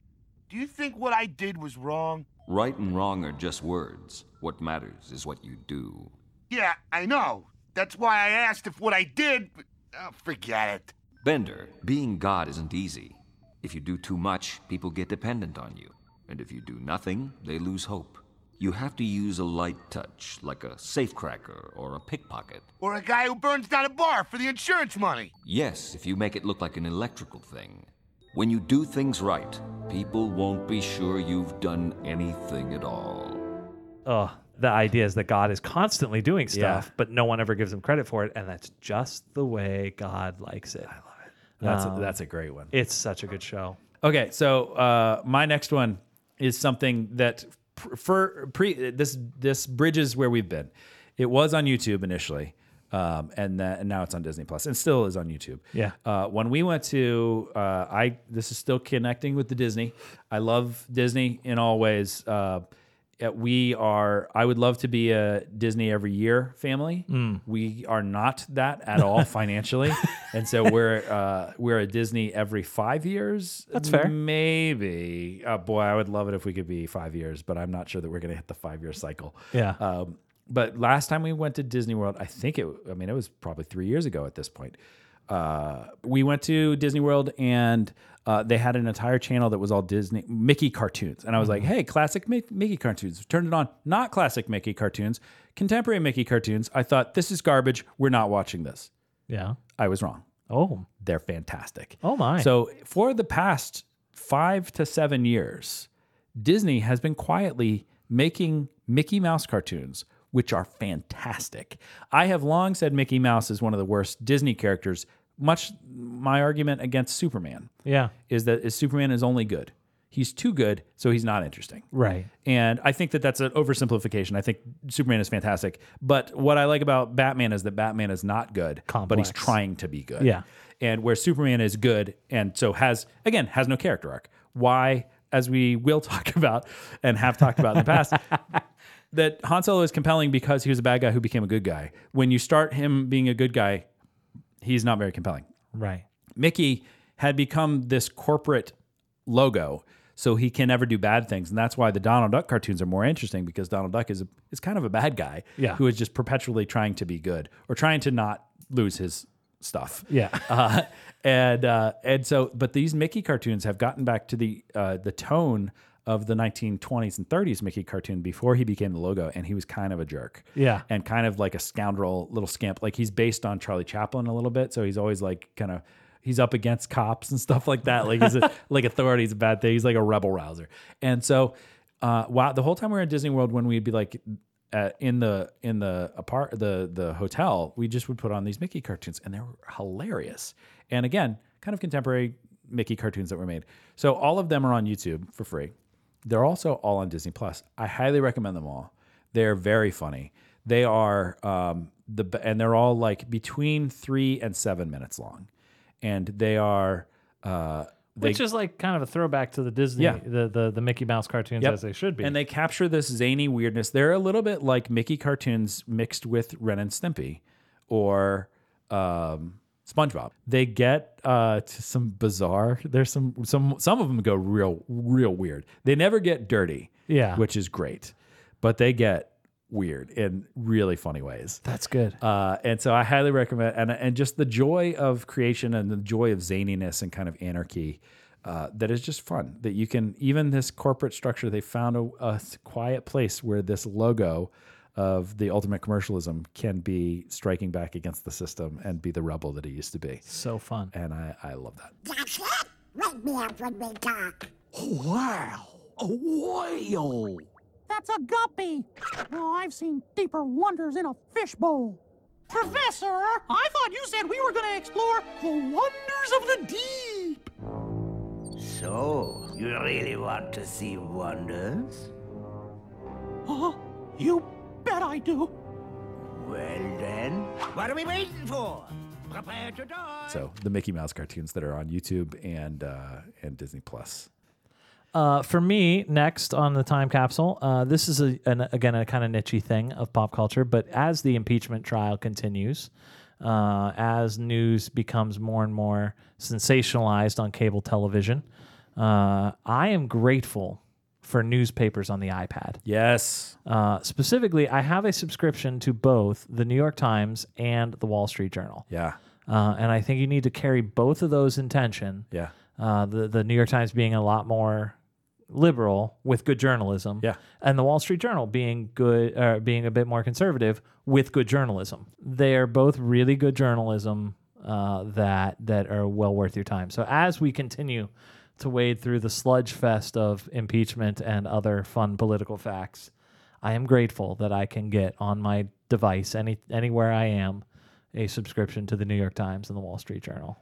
Speaker 7: Do you think what I did was wrong?
Speaker 8: Right and wrong are just words. What matters is what you do.
Speaker 7: Yeah, I know. That's why I asked if what I did. But, oh, forget it.
Speaker 8: Bender, being God isn't easy. If you do too much, people get dependent on you. And if you do nothing, they lose hope. You have to use a light touch, like a safecracker or a pickpocket.
Speaker 7: Or a guy who burns down a bar for the insurance money.
Speaker 8: Yes, if you make it look like an electrical thing.
Speaker 9: When you do things right, people won't be sure you've done anything at all.
Speaker 2: Oh, the idea is that God is constantly doing stuff,
Speaker 9: Yeah.
Speaker 2: but no one ever gives him credit for it, and that's just the way God likes it. I love it.
Speaker 1: That's a- that's a great one.
Speaker 2: It's such a good show.
Speaker 1: Okay, so uh, my next one is something that pr- for pre this this bridges where we've been. It was on YouTube initially, um, and that and now it's on Disney Plus, and still is on YouTube.
Speaker 2: Yeah.
Speaker 1: Uh, when we went to, uh, I this is still connecting with the Disney. I love Disney in all ways. Uh, uh, we are. I would love to be a Disney every year family.
Speaker 10: Mm.
Speaker 1: We are not that
Speaker 2: [laughs]
Speaker 1: at all financially, and so we're uh, we're a Disney every five years.
Speaker 2: That's fair.
Speaker 1: Maybe. Oh boy, I would love it if we could be five years, but I'm not sure that we're going to hit the five year cycle.
Speaker 2: Yeah.
Speaker 1: Um, but last time we went to Disney World, I think it. I mean, it was probably three years ago at this point. Uh, we went to Disney World and uh, they had an entire channel that was all Disney Mickey cartoons, and I was like, "Hey, classic Mi- Mickey cartoons." Turned it on, not classic Mickey cartoons, contemporary Mickey cartoons. I thought this is garbage. We're not watching this.
Speaker 2: Yeah.
Speaker 1: I was wrong.
Speaker 2: Oh,
Speaker 1: they're fantastic.
Speaker 2: Oh my.
Speaker 1: So for the past five to seven years, Disney has been quietly making Mickey Mouse cartoons, which are fantastic. I have long said Mickey Mouse is one of the worst Disney characters. Much my argument against Superman
Speaker 2: Yeah.
Speaker 1: is that is Superman is only good. He's too good, so he's not interesting.
Speaker 2: Right.
Speaker 1: And I think that that's an oversimplification. I think Superman is fantastic, but what I like about Batman is that Batman is not good, but
Speaker 2: Complex.
Speaker 1: he's trying to be good.
Speaker 2: Yeah.
Speaker 1: And where Superman is good and so has again has no character arc. Why as we will [laughs] talk about and have talked about
Speaker 2: [laughs]
Speaker 1: in the past that Han Solo is compelling because he was a bad guy who became a good guy. When you start him being a good guy, he's not very compelling.
Speaker 2: Right.
Speaker 1: Mickey had become this corporate logo, so he can never do bad things, and that's why the Donald Duck cartoons are more interesting because Donald Duck is a, is kind of a bad guy
Speaker 2: Yeah.
Speaker 1: who is just perpetually trying to be good or trying to not lose his stuff.
Speaker 2: Yeah.
Speaker 1: [laughs] uh, and uh, and so, but these Mickey cartoons have gotten back to the uh, the tone of the 1920s and 30s Mickey cartoon before he became the logo, and he was kind of a jerk
Speaker 2: Yeah.
Speaker 1: and kind of like a scoundrel little scamp. Like he's based on Charlie Chaplin a little bit, so he's always like kind of he's up against cops and stuff like that. Like he's a, like authority is a bad thing. He's like a rebel rouser, and so uh, wow, the whole time we were in Disney World, when we'd be like. Uh, in the in the apart the the hotel, we just would put on these Mickey cartoons, and they were hilarious. And again, kind of contemporary Mickey cartoons that were made. So all of them are on YouTube for free. They're also all on Disney Plus. I highly recommend them all. They're very funny. They are um, the be- and they're all like between three and seven minutes long, and they are uh, they,
Speaker 2: Which is like kind of a throwback to the Disney,
Speaker 1: Yeah.
Speaker 2: the, the the Mickey Mouse cartoons
Speaker 1: Yep.
Speaker 2: as they should be.
Speaker 1: And they capture this zany weirdness. They're a little bit like Mickey cartoons mixed with Ren and Stimpy or um, SpongeBob. They get uh, to some bizarre. There's some some some of them go real real weird. They never get dirty.
Speaker 2: Yeah.
Speaker 1: which is great, but they get weird in really funny ways.
Speaker 2: That's good.
Speaker 1: Uh, and so I highly recommend, and and just the joy of creation and the joy of zaniness and kind of anarchy. Uh, that is just fun. That you can even this corporate structure. They found a, a s- quiet place where this logo of the ultimate commercialism can be striking back against the system and be the rebel that it used to be.
Speaker 2: So fun,
Speaker 1: and I, I love that.
Speaker 11: That's it. Wake me up when we talk.
Speaker 12: Wow, a whale.
Speaker 13: That's a guppy. Oh, I've seen deeper wonders in a fishbowl. Professor, I thought you said we were going to explore the wonders of the deep.
Speaker 12: So, you really want to see wonders?
Speaker 13: Huh? You bet I do.
Speaker 12: Well then, what are we waiting for? Prepare to die.
Speaker 1: So the Mickey Mouse cartoons that are on YouTube and uh, and Disney Plus.
Speaker 2: Uh, for me, next on the time capsule, uh, this is a, an, again a kind of nichey thing of pop culture. But as the impeachment trial continues, uh, as news becomes more and more sensationalized on cable television, uh, I am grateful for newspapers on the iPad.
Speaker 1: Yes.
Speaker 2: Uh, specifically, I have a subscription to both the New York Times and the Wall Street Journal.
Speaker 1: Yeah.
Speaker 2: Uh, and I think you need to carry both of those in tension.
Speaker 1: Yeah.
Speaker 2: Uh, the the New York Times being a lot more liberal with good journalism. Yeah. And the Wall Street Journal being good, uh, being a bit more conservative with good journalism. They are both really good journalism. uh, that that are well worth your time. So as we continue to wade through the sludge fest of impeachment and other fun political facts, I am grateful that I can get on my device any anywhere I am a subscription to the New York Times and the Wall Street Journal.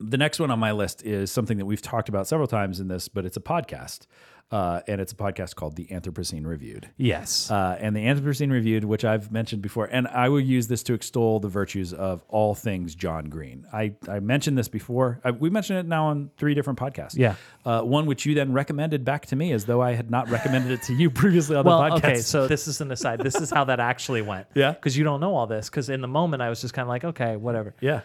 Speaker 1: the next one on my list is something that we've talked about several times in this, but it's a podcast. Uh, and it's a podcast called The Anthropocene Reviewed.
Speaker 2: Yes.
Speaker 1: Uh, and The Anthropocene Reviewed, which I've mentioned before, and I will use this to extol the virtues of all things John Green. I, I mentioned this before. I, we mentioned it now on three different podcasts.
Speaker 2: Yeah.
Speaker 1: Uh, one which you then recommended back to me as though I had not recommended it to you [laughs] previously on
Speaker 2: well,
Speaker 1: the podcast.
Speaker 2: okay,
Speaker 1: [laughs]
Speaker 2: so this is an aside. This is how that actually went.
Speaker 1: Yeah.
Speaker 2: Because you don't know all this. Because in the moment, I was just kind of like, okay, whatever.
Speaker 1: Yeah.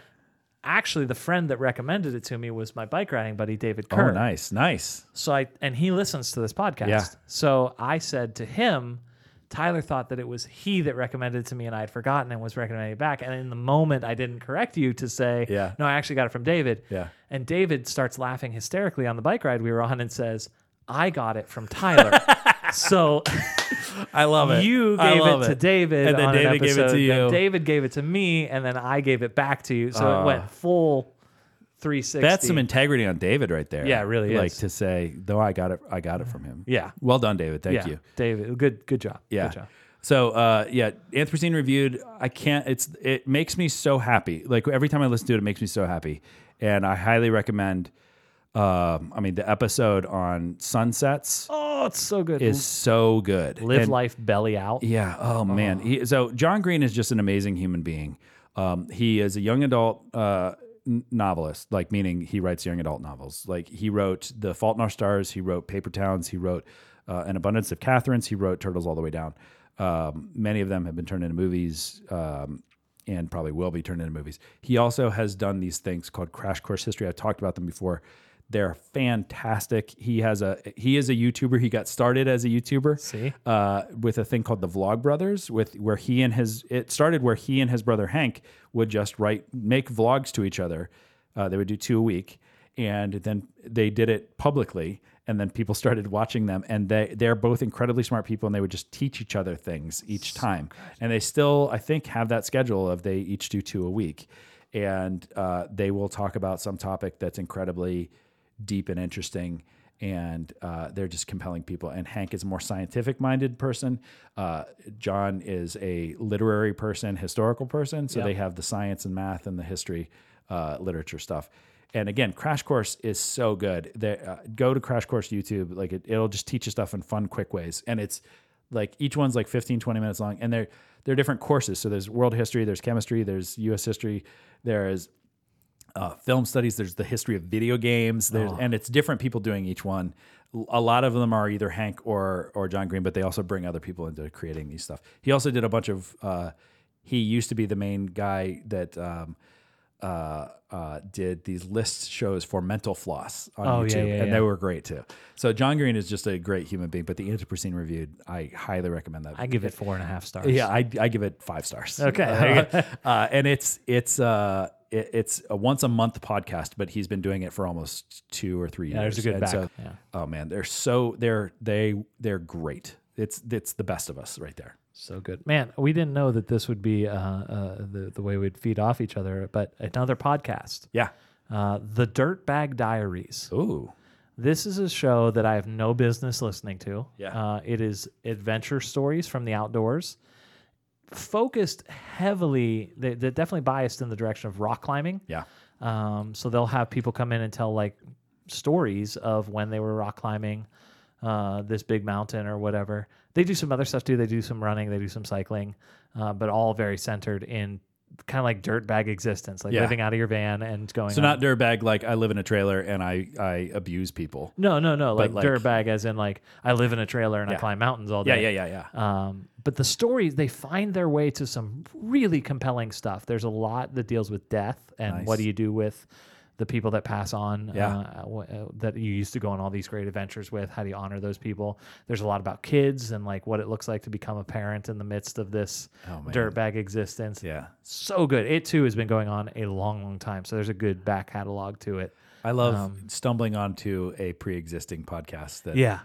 Speaker 2: Actually, the friend that recommended it to me was my bike riding buddy, David
Speaker 1: Oh,
Speaker 2: Kerr.
Speaker 1: nice, nice.
Speaker 2: So I and he listens to this podcast.
Speaker 1: Yeah.
Speaker 2: So I said to him, Tyler thought that it was he that recommended it to me, and I had forgotten and was recommending it back. And in the moment, I didn't correct you to say,
Speaker 1: Yeah.
Speaker 2: no, I actually got it from David.
Speaker 1: Yeah.
Speaker 2: And David starts laughing hysterically on the bike ride we were on and says, I got it from
Speaker 1: [laughs]
Speaker 2: Tyler. so
Speaker 1: I love it.
Speaker 2: You
Speaker 1: I
Speaker 2: gave
Speaker 1: love
Speaker 2: it to
Speaker 1: it.
Speaker 2: David.
Speaker 1: And then
Speaker 2: on an
Speaker 1: David gave it to
Speaker 2: episode, then
Speaker 1: you.
Speaker 2: David gave it to me, and then I gave it back to you. So
Speaker 1: Ah.
Speaker 2: it went full 360.
Speaker 1: That's some integrity on David right there.
Speaker 2: Yeah, it really
Speaker 1: Like
Speaker 2: is.
Speaker 1: to say, though I got it, I got it from him.
Speaker 2: Yeah.
Speaker 1: Well done, David. Thank
Speaker 2: Yeah,
Speaker 1: you.
Speaker 2: David. Good good job.
Speaker 1: Yeah.
Speaker 2: Good job.
Speaker 1: So uh, yeah, Anthropocene reviewed. I can't. It's it makes me so happy. Like every time I listen to it, it makes me so happy, and I highly recommend. Um, I mean, the episode on sunsets
Speaker 2: Oh, it's so good.
Speaker 1: is so good.
Speaker 2: Live
Speaker 1: And-
Speaker 2: life belly out.
Speaker 1: yeah. Oh, man. He, so John Green is just an amazing human being. Um, he is a young adult uh, n- novelist, like meaning he writes young adult novels. Like he wrote The Fault in Our Stars. He wrote Paper Towns. He wrote uh, An Abundance of Catherines. He wrote Turtles All the Way Down. Um, many of them have been turned into movies. Um, and probably will be turned into movies. He also has done these things called Crash Course History. I've talked about them before. They're fantastic. He has a he is a YouTuber. He got started as a YouTuber.
Speaker 2: See?
Speaker 1: Uh, with a thing called the Vlog Brothers, with where he and his it started where he and his brother Hank would just write make vlogs to each other. Uh, they would do two a week, and then they did it publicly, and then people started watching them. And they they're both incredibly smart people, and they would just teach each other things each time. And they still, I think, have that schedule of they each do two a week, and uh, they will talk about some topic that's incredibly deep and interesting and uh, they're just compelling people and hank is a more scientific minded person uh, john is a literary person historical person so
Speaker 2: Yeah.
Speaker 1: they have the science and math and the history uh, literature stuff and again crash course is so good they, uh, go to crash course youtube like it, it'll just teach you stuff in fun quick ways and it's like each one's like 15 20 minutes long and they're they're different courses so there's world history there's chemistry there's us history there is uh, film studies. There's the history of video games. There's
Speaker 2: Oh.
Speaker 1: and it's different people doing each one. L- A lot of them are either Hank or or John Green, but they also bring other people into creating these stuff. He also did a bunch of. Uh, he used to be the main guy that um, uh, uh, did these list shows for Mental Floss on
Speaker 2: Oh,
Speaker 1: YouTube,
Speaker 2: yeah, yeah,
Speaker 1: and
Speaker 2: yeah.
Speaker 1: they were great too. So John Green is just a great human being. But the Anthropocene reviewed, I highly recommend that.
Speaker 2: I give it four and a half stars.
Speaker 1: Yeah, I, I give it five stars.
Speaker 2: Okay. [laughs]
Speaker 1: uh, uh, and it's it's uh it, it's a once a month podcast, but he's been doing it for almost two or three
Speaker 2: Yeah,
Speaker 1: years.
Speaker 2: there's a good
Speaker 1: And
Speaker 2: back.
Speaker 1: so-
Speaker 2: Yeah.
Speaker 1: Oh man, they're so they're they they're great. It's it's the best of us right there.
Speaker 2: So good. Man, we didn't know that this would be uh, uh, the, the way we'd feed off each other, but another podcast.
Speaker 1: Yeah.
Speaker 2: Uh, the Dirtbag Diaries.
Speaker 1: Ooh.
Speaker 2: This is a show that I have no business listening to.
Speaker 1: Yeah.
Speaker 2: Uh, it is adventure stories from the outdoors, focused heavily, they, they're definitely biased in the direction of rock climbing.
Speaker 1: Yeah.
Speaker 2: Um, so they'll have people come in and tell like stories of when they were rock climbing uh, this big mountain or whatever. They do some other stuff too. They do some running, they do some cycling, uh, but all very centered in kind of like dirtbag existence, like
Speaker 1: Yeah.
Speaker 2: living out of your van and going.
Speaker 1: So
Speaker 2: on-
Speaker 1: not dirtbag like I live in a trailer and I I abuse people.
Speaker 2: No, no, no, like,
Speaker 1: But, like-
Speaker 2: dirtbag, as in like I live in a trailer and I
Speaker 1: Yeah.
Speaker 2: climb mountains all
Speaker 1: Yeah,
Speaker 2: day.
Speaker 1: yeah, yeah,
Speaker 2: yeah. Um, but the stories they find their way to some really compelling stuff. There's a lot that deals with death and what
Speaker 1: Nice.
Speaker 2: do you do with the people that pass on
Speaker 1: Yeah.
Speaker 2: uh, w- uh, that you used to go on all these great adventures with how do you honor those people there's a lot about kids and like what it looks like to become a parent in the midst of this
Speaker 1: Oh, man.
Speaker 2: dirtbag existence
Speaker 1: Yeah.
Speaker 2: so good it too has been going on a long long time so there's a good back catalog to it
Speaker 1: I love
Speaker 2: Um,
Speaker 1: stumbling onto a pre-existing podcast that
Speaker 2: Yeah.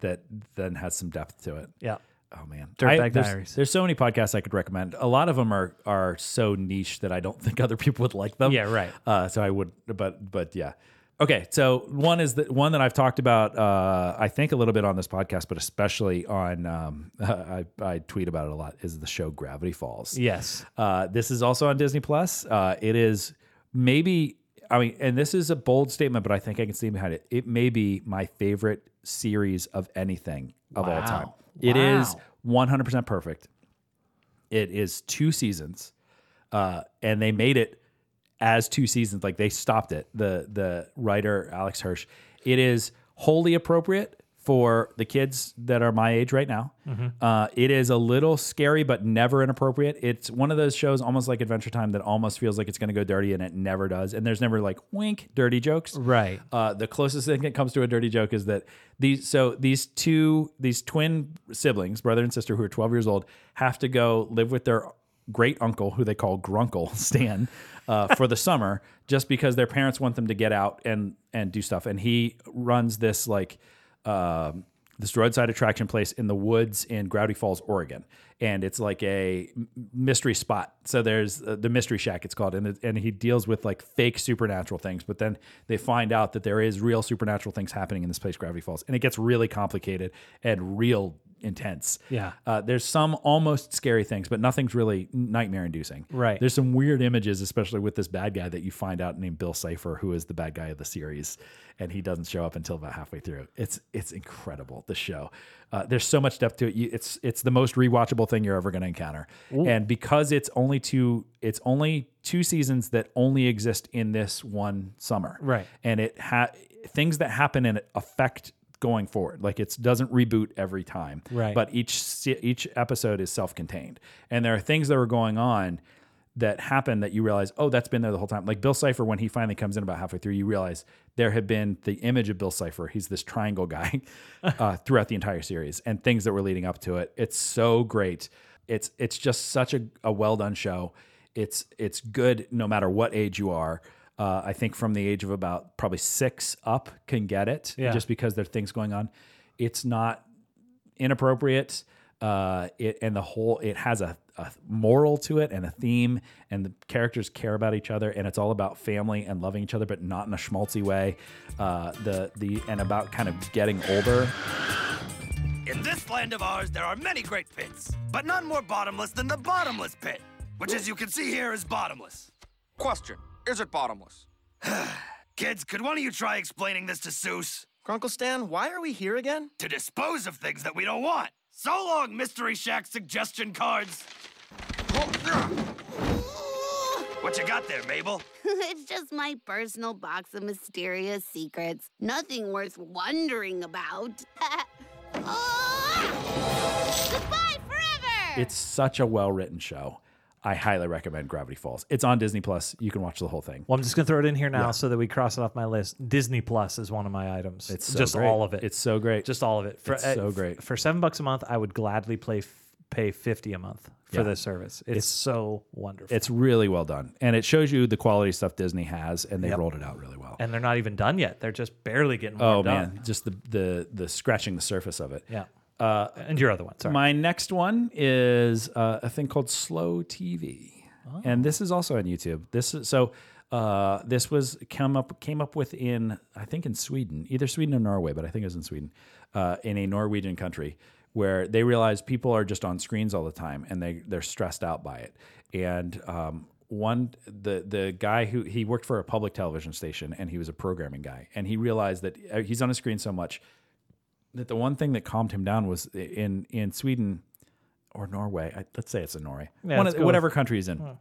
Speaker 1: that then has some depth to it.
Speaker 2: Yeah.
Speaker 1: oh man,
Speaker 2: Dirtbag
Speaker 1: I- there's,
Speaker 2: Diaries.
Speaker 1: There's so many podcasts I could recommend. A lot of them are are so niche that I don't [laughs] think other people would like them.
Speaker 2: Yeah, right.
Speaker 1: Uh, so I would, but but yeah. Okay, so one is the one that I've talked about. Uh, I think a little bit on this podcast, but especially on um, [laughs] I, I tweet about it a lot. Is the show Gravity Falls?
Speaker 2: Yes.
Speaker 1: Uh, this is also on Disney Plus. Uh, it is maybe, I mean, and this is a bold statement, but I think I can stand behind it. It may be my favorite series of anything of all
Speaker 2: Wow.
Speaker 1: time. It is
Speaker 2: Wow.
Speaker 1: 100% perfect. It is two seasons, uh, and they made it as two seasons. Like they stopped it. The the writer Alex Hirsch. It is wholly appropriate for the kids that are my age right now.
Speaker 2: Mhm.
Speaker 1: Uh, it is a little scary, but never inappropriate. It's one of those shows, almost like Adventure Time, that almost feels like it's going to go dirty, and it never does. And there's never like wink dirty jokes.
Speaker 2: Right.
Speaker 1: Uh, the closest thing that comes to a dirty joke is that these so these two these twin siblings, brother and sister, who are 12 years old, have to go live with their great uncle, who they call Grunkle [laughs] Stan, uh, for the summer, just because their parents want them to get out and and do stuff. And he runs this like um, this roadside attraction place in the woods in Gravity Falls, Oregon, and it's like a m- mystery spot. So there's uh, the Mystery Shack, it's called, and it, and he deals with like fake supernatural things, but then they find out that there is real supernatural things happening in this place, Gravity Falls, and it gets really complicated and real intense.
Speaker 2: Yeah.
Speaker 1: Uh, there's some almost scary things, but nothing's really nightmare inducing.
Speaker 2: Right.
Speaker 1: There's some weird images, especially with this bad guy that you find out named Bill Cipher, who is the bad guy of the series, and he doesn't show up until about halfway through. It's it's incredible. The show. Uh, there's so much depth to it. You, it's it's the most rewatchable thing you're ever going to encounter.
Speaker 2: Ooh.
Speaker 1: And because it's only two, it's only two seasons that only exist in this one summer
Speaker 2: Right.
Speaker 1: and it ha- things that happen in it affect going forward like it doesn't reboot every time
Speaker 2: Right.
Speaker 1: but each se- each episode is self-contained and there are things that are going on that happen that you realize oh that's been there the whole time like bill cipher when he finally comes in about halfway through you realize there had been the image of bill cipher he's this triangle guy [laughs] uh, throughout the entire series and things that were leading up to it it's so great it's it's just such a, a well done show it's it's good no matter what age you are. Uh, I think from the age of about probably six up can get it
Speaker 2: Yeah.
Speaker 1: just because there are things going on. It's not inappropriate. Uh, it and the whole it has a, a moral to it and a theme, and the characters care about each other, and it's all about family and loving each other, but not in a schmaltzy way. Uh, the the and about kind of getting older.
Speaker 3: In this land of ours, there are many great pits, but none more bottomless than the bottomless pit, which, as you can see here, is bottomless.
Speaker 14: Question Is it bottomless?
Speaker 3: Kids, could one of you try explaining this to Seuss?
Speaker 14: Grunkle Stan, why are we here again?
Speaker 3: To dispose of things that we don't want. So long, Mystery Shack suggestion cards. What you got there, Mabel?
Speaker 4: it's just my personal box of mysterious secrets. Nothing worth wondering about. Ah! Goodbye forever!
Speaker 1: It's such a well written show. I highly recommend Gravity Falls. It's on Disney Plus. You can watch the whole thing.
Speaker 2: Well, I'm just gonna throw it in here now so that we cross it off my list. Disney Plus is one of my items.
Speaker 1: It's so
Speaker 2: just
Speaker 1: great.
Speaker 2: all of it.
Speaker 1: It's so great.
Speaker 2: Just all of it. For, eh,
Speaker 1: It's so great.
Speaker 2: For seven bucks a month, I would gladly play f- pay fifty a month for
Speaker 1: Yeah.
Speaker 2: this service. It's,
Speaker 1: It's-
Speaker 2: so wonderful.
Speaker 1: It's really well done, and it shows you the quality stuff Disney has, and they
Speaker 2: Yep.
Speaker 1: rolled it out really well.
Speaker 2: and they're not even done yet. They're just barely getting.
Speaker 1: Oh
Speaker 2: warmed up.
Speaker 1: man, just the the the scratching the surface of it.
Speaker 2: Yeah.
Speaker 1: Uh,
Speaker 2: and your other one. Sorry.
Speaker 1: My next one is uh, a thing called Slow TV, and this is also on YouTube. This is so. Uh, this was come up came up with in I think in Sweden, either Sweden or Norway, but I think it was in Sweden, uh, in a Norwegian country where they realize people are just on screens all the time and they they're stressed out by it. And um, one the the guy who he worked for a public television station and he was a programming guy and he realized that uh, he's on a screen so much that the one thing that calmed him down was in in Sweden or Norway. I, let's say it's in Norway,
Speaker 2: Yeah,
Speaker 1: one
Speaker 2: let's
Speaker 1: of,
Speaker 2: go with-
Speaker 1: whatever country he's in.
Speaker 2: Hmm.